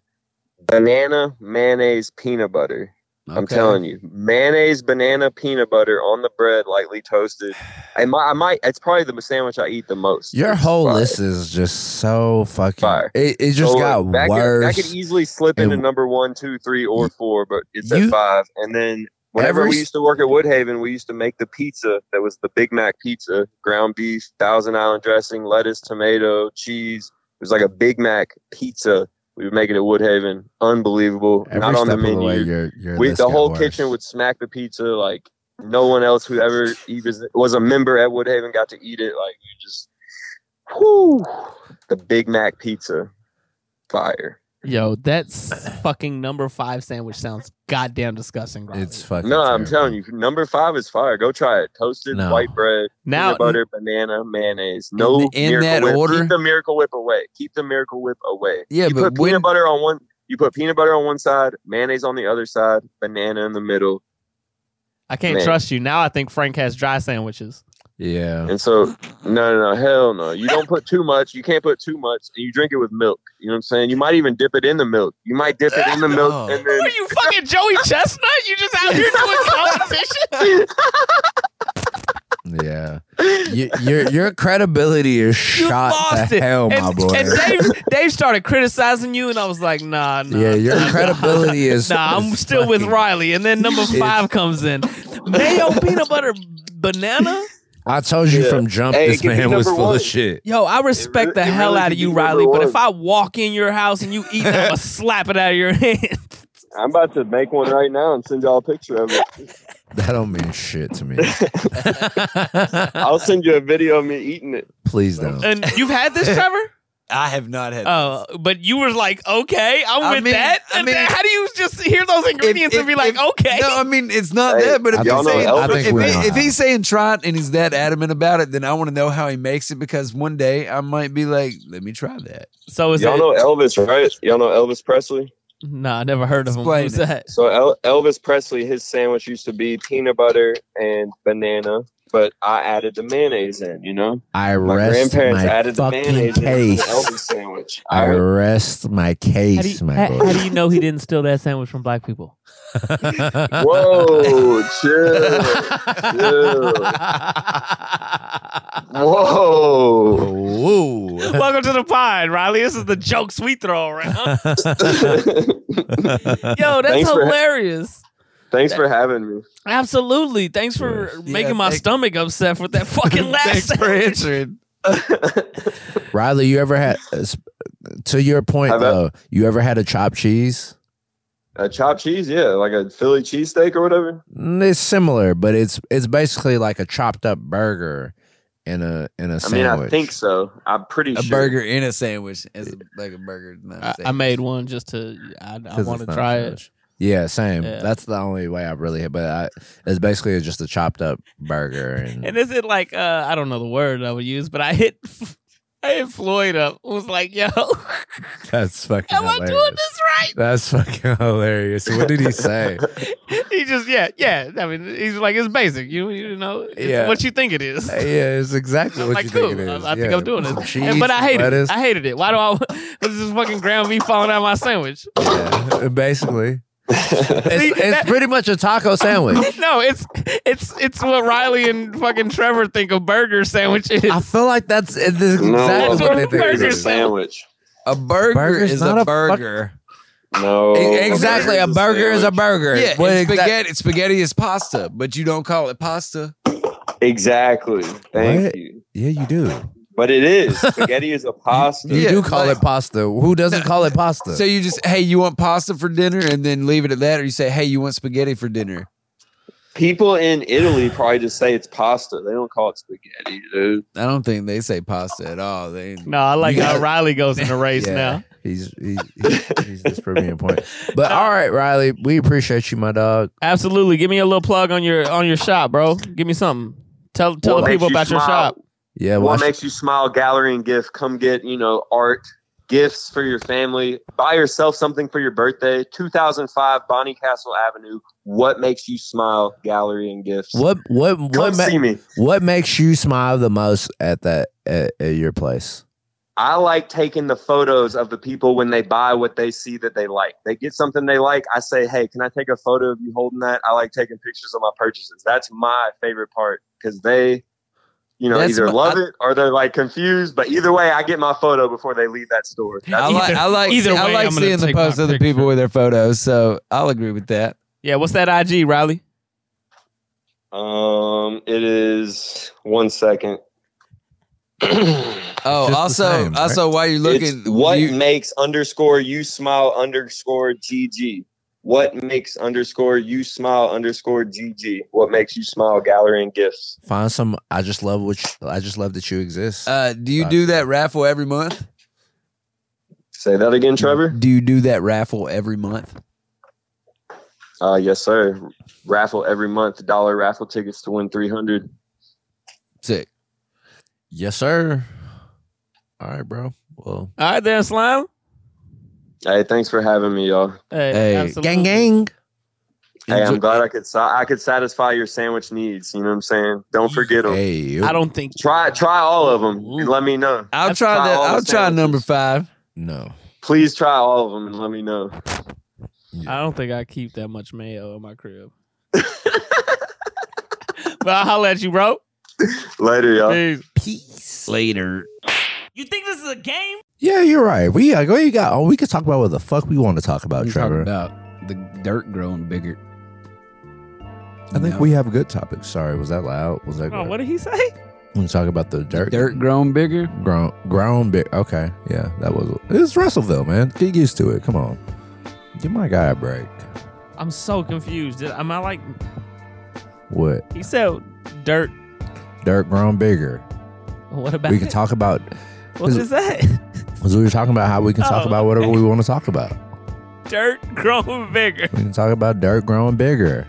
banana, mayonnaise, peanut butter. I'm Okay. telling you, mayonnaise, banana, peanut butter on the bread, lightly toasted. I might, I might. It's probably the sandwich I eat the most. Your It's whole fire. list is just so fucking. Fire. It, it just So, got that Could, that worse. could easily slip into And- number one, two, three, or four, but it's You- at five. And then whenever Every we s- used to work at Woodhaven, we used to make the pizza that was the Big Mac pizza, ground beef, Thousand Island dressing, lettuce, tomato, cheese. It was like a Big Mac pizza. We would make it at Woodhaven. Unbelievable. Every Not on the step of menu. the way, your, your we list the got whole worse. kitchen would smack the pizza like no one else who ever even was a member at Woodhaven got to eat it like we just whoo the Big Mac pizza fire Yo, that's fucking number five sandwich sounds goddamn disgusting, bro. It's fucking. No, I'm terrible. telling you, number five is fire. Go try it. Toasted No. white bread, now peanut butter, banana, mayonnaise. No the- in miracle that whip. order? Keep the miracle whip away. Keep the miracle whip away. Yeah, you but put when- peanut butter on one. You put peanut butter on one side, mayonnaise on the other side, banana in the middle, I can't Man. trust you. Now I think Frank has dry sandwiches. Yeah. and so no, no, no, hell no. You don't put too much. You can't put too much, and you drink it with milk. You know what I'm saying? You might even dip it in the milk. You might dip it in the milk, Oh. and Who then are you fucking Joey Chestnut? You just out here <laughs> doing competition? <laughs> Yeah. Y- your your credibility is You shot lost to it. hell, my and, boy. and Dave, Dave started criticizing you, and I was like, nah, nah. yeah, your nah, <laughs> credibility is. Nah, I'm is still with fucking- Riley. And then number It's- five comes in. Mayo, peanut butter, banana? I told you Yeah. from jump, Hey, this give me man was number full one. of shit. Yo, I respect really- the it hell really out could of be you, number Riley, but one. if I walk in your house and you eat, I'm going to slap it out of your <laughs> hand. I'm about to make one right now and send y'all a picture of it. That don't mean shit to me. I'll send you a video of me eating it. <laughs> Please don't. And you've had this, <laughs> Trevor? I have not had. Oh, but you were like, okay, I'm I with mean- that. I And mean- then how do you just hear those ingredients and if- be like, if- okay? No, I mean it's not Hey, that. But if, I he's think- saying, y'all know if- if, Elvis- I think we he- know if how. he's saying try it and he's that adamant about it, then I want to know how he makes it because one day I might be like, let me try <laughs> that. so is y'all it? know Elvis, right? Y'all know Elvis Presley. Nah, I never heard of him. Explain Who's it. that? So El- Elvis Presley, his sandwich used to be peanut butter and banana, but I added the mayonnaise in. You know, I my rest grandparents my added the fucking mayonnaise in the Elvis case. sandwich. I I, rest my How do, case, you, my how, how boy. do you know he didn't steal that sandwich from black <laughs> people? <laughs> <laughs> whoa, chill, chill. <laughs> Whoa. Whoa. Welcome to the pod, Riley. This is the jokes we throw around. <laughs> Yo, that's Thanks for- hilarious. Thanks for having me. Absolutely. Thanks for Yeah, making my thank- stomach upset with that <laughs> fucking last Thanks for sandwich. answering. <laughs> Riley, you ever had, uh, sp- to your point I've- though, you ever had a chopped cheese? A chopped cheese, yeah, like a Philly cheesesteak or whatever. Mm, It's similar, but it's it's basically like a chopped up burger in a in I a mean, sandwich. I think so. I'm pretty A sure. burger in a sandwich is like a burger. Not a I, I sandwich. made one just to, I, I 'Cause it's want to not try a it. sandwich. Yeah, same. Yeah. That's the only way I really hit, but I, it's basically just a chopped up <laughs> burger. And, And is it like, uh, I don't know the word I would use, but I hit, <laughs> I hit Floyd up. I was like, yo, <laughs> that's fucking am I hilarious. doing this right? That's fucking hilarious. What <laughs> did <laughs> he say? Uh, he just yeah yeah i mean he's like it's basic you you know it's Yeah. what you think it is <laughs> yeah, it's exactly I'm what like you cool think it is. I, I think Yeah, i'm doing some this cheese, And- but i some hated lettuce. it i hated it why do i <laughs> was this fucking ground beef falling out of my sandwich <laughs> Yeah, basically. See, It's, that- it's pretty much a <laughs> taco sandwich. no it's it's it's what riley and fucking trevor think of burger sandwiches <laughs> I feel like that's it's exactly No, That's what what they think it It's a burgers- is. sandwich. a burger Burger's is not a, a fuck- burger. No. E- Exactly, a burger is a sandwich. burger. Yeah, What and exa- spaghetti. spaghetti is pasta, but you don't call it pasta. Exactly. Thank What? you. Yeah, you do. But it is. Spaghetti <laughs> is a pasta. You Yeah, do call like- it pasta. Who doesn't call it pasta? So you just hey, you want pasta for dinner, and then leave it at that, or you say hey, you want spaghetti for dinner. People in Italy probably just say it's pasta. They don't call it spaghetti, dude. I don't think they say pasta at all. They no i like You how got- riley goes <laughs> in the race Yeah. now He's he's, he's, he's disproving your point. But all right, Riley, we appreciate you, my dog. absolutely give me a little plug on your on your shop bro give me something tell tell What the makes people you about your smile- shop Yeah, What watch, makes you smile? Gallery and gift. Come get you know art, gifts for your family. Buy yourself something for your birthday. 2005 Bonnie Castle Avenue. What makes you smile? Gallery and gifts. what what Come what see ma- me. what makes you smile the most at that at, at your place? I like taking the photos of the people when they buy what they see that they like. They get something they like. I say, hey, can I take a photo of you holding that? I like taking pictures of my purchases. That's my favorite part because they, you know, That's either my- love I- it or they're like confused. But either way, I get my photo before they leave that store. I That's- like I like either see- I way, like I'm gonna seeing the take my posts of the picture. people with their photos, so I'll agree with that. yeah what's that ig riley um, it is one <clears throat> second. Oh, It's just the also same, right? also while you're It's looking, what you- makes underscore you smile underscore GG. What makes underscore you smile underscore GG. What makes you smile gallery and gifts. Find some. I just love what you, I just love that you exist. uh, do you do that raffle every month? Say that again, Trevor. Do you do that raffle every month? Uh, yes, sir. Raffle every month, dollar raffle tickets to win 300. Sick. Yes, sir. All right, bro. Well, All right, then, Slime. Hey, thanks for having me, y'all. Hey, Hey. absolutely. gang. Hey, I'm Enjoy- glad I could sa- I could satisfy your sandwich needs. You know what I'm saying? Don't forget them. Hey, I don't think Try try all of them and let me know. I'll I've try tried that. all the I'll try sandwiches. number five. no. Please try all of them and let me know. I don't think I keep that much mayo in my crib. but I'll holler at you, bro. Later, y'all. Peace. Peace. Later. You think this is a game? Yeah, you're right. We uh, we got. Oh, we could talk about what the fuck we want to talk about, We're talking Oh, Trevor. about the dirt growing bigger. I think we have good topics. Sorry, was that loud? Was that? Oh, good? what did he say? we can talk about the dirt. dirt growing bigger. Grown, grown big. Okay, yeah, that was. It's Russellville, man. Get used to it. Come on, give my guy a break. I'm so confused. Did, am I like What? he said dirt? Dirt grown bigger. What about We can it? talk about. What is that? <laughs> Because we were talking about how we can talk Oh, about whatever okay. we want to talk about. dirt growing bigger. We can talk about dirt growing bigger.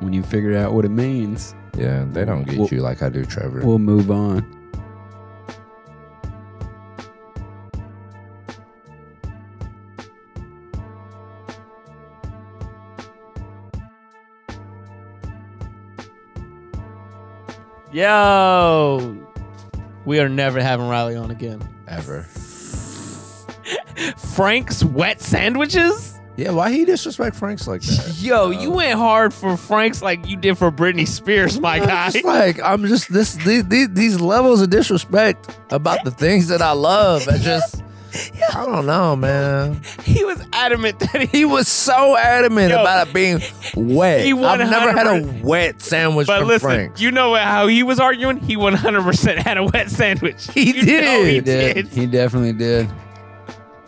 When you figure out what it means, Yeah, they don't get Well- you like I do, Trevor. we'll move on. Yo, we are never having Riley on again. <laughs> Ever. Frank's wet sandwiches. Yeah, why he disrespect Franks like <laughs> that? Yo, you went hard for Frank's like you did for Britney Spears, my guy. I'm just like I'm just this these, these, these levels of disrespect about the things that I love. I just I don't know, man. he was adamant that he He was so adamant Yo. about it being wet. He I've never had a 100% wet sandwich But from listen, Frank's. you know how he was arguing? He 100% had a wet sandwich. He You know did. he He did. did. He definitely did.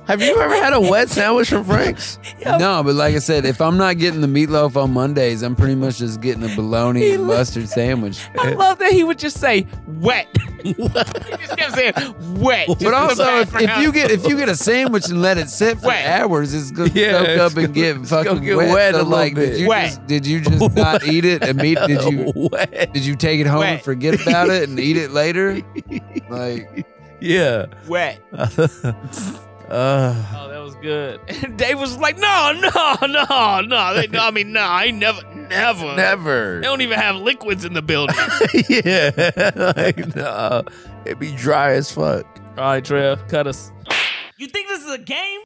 Have you ever had a wet sandwich from <laughs> Frank's? No, but like I said, if I'm not getting the meatloaf on Mondays, I'm pretty much just getting the bologna and mustard <laughs> sandwich. I love that he would just say wet. he just kept saying wet. Just But in the also, if, if background. you get if you get a sandwich and let it sit for Wet. hours, it's gonna Yeah, soak up it's and get fucking get wet. wet So, a little like, bit. Did you Wet. just, did you <laughs> just not eat it? And meat, did you wet? did you take it home and Wet. forget about it and eat it <laughs> later? Like Yeah. <laughs> wet. uh, Oh, that was good. And Dave was like, no, no, no, no. They, I mean, no, I never, never. never. They don't even have liquids in the building. <laughs> yeah. <laughs> like, no. It'd be dry as fuck. All right, Trev, cut us. You think this is a game?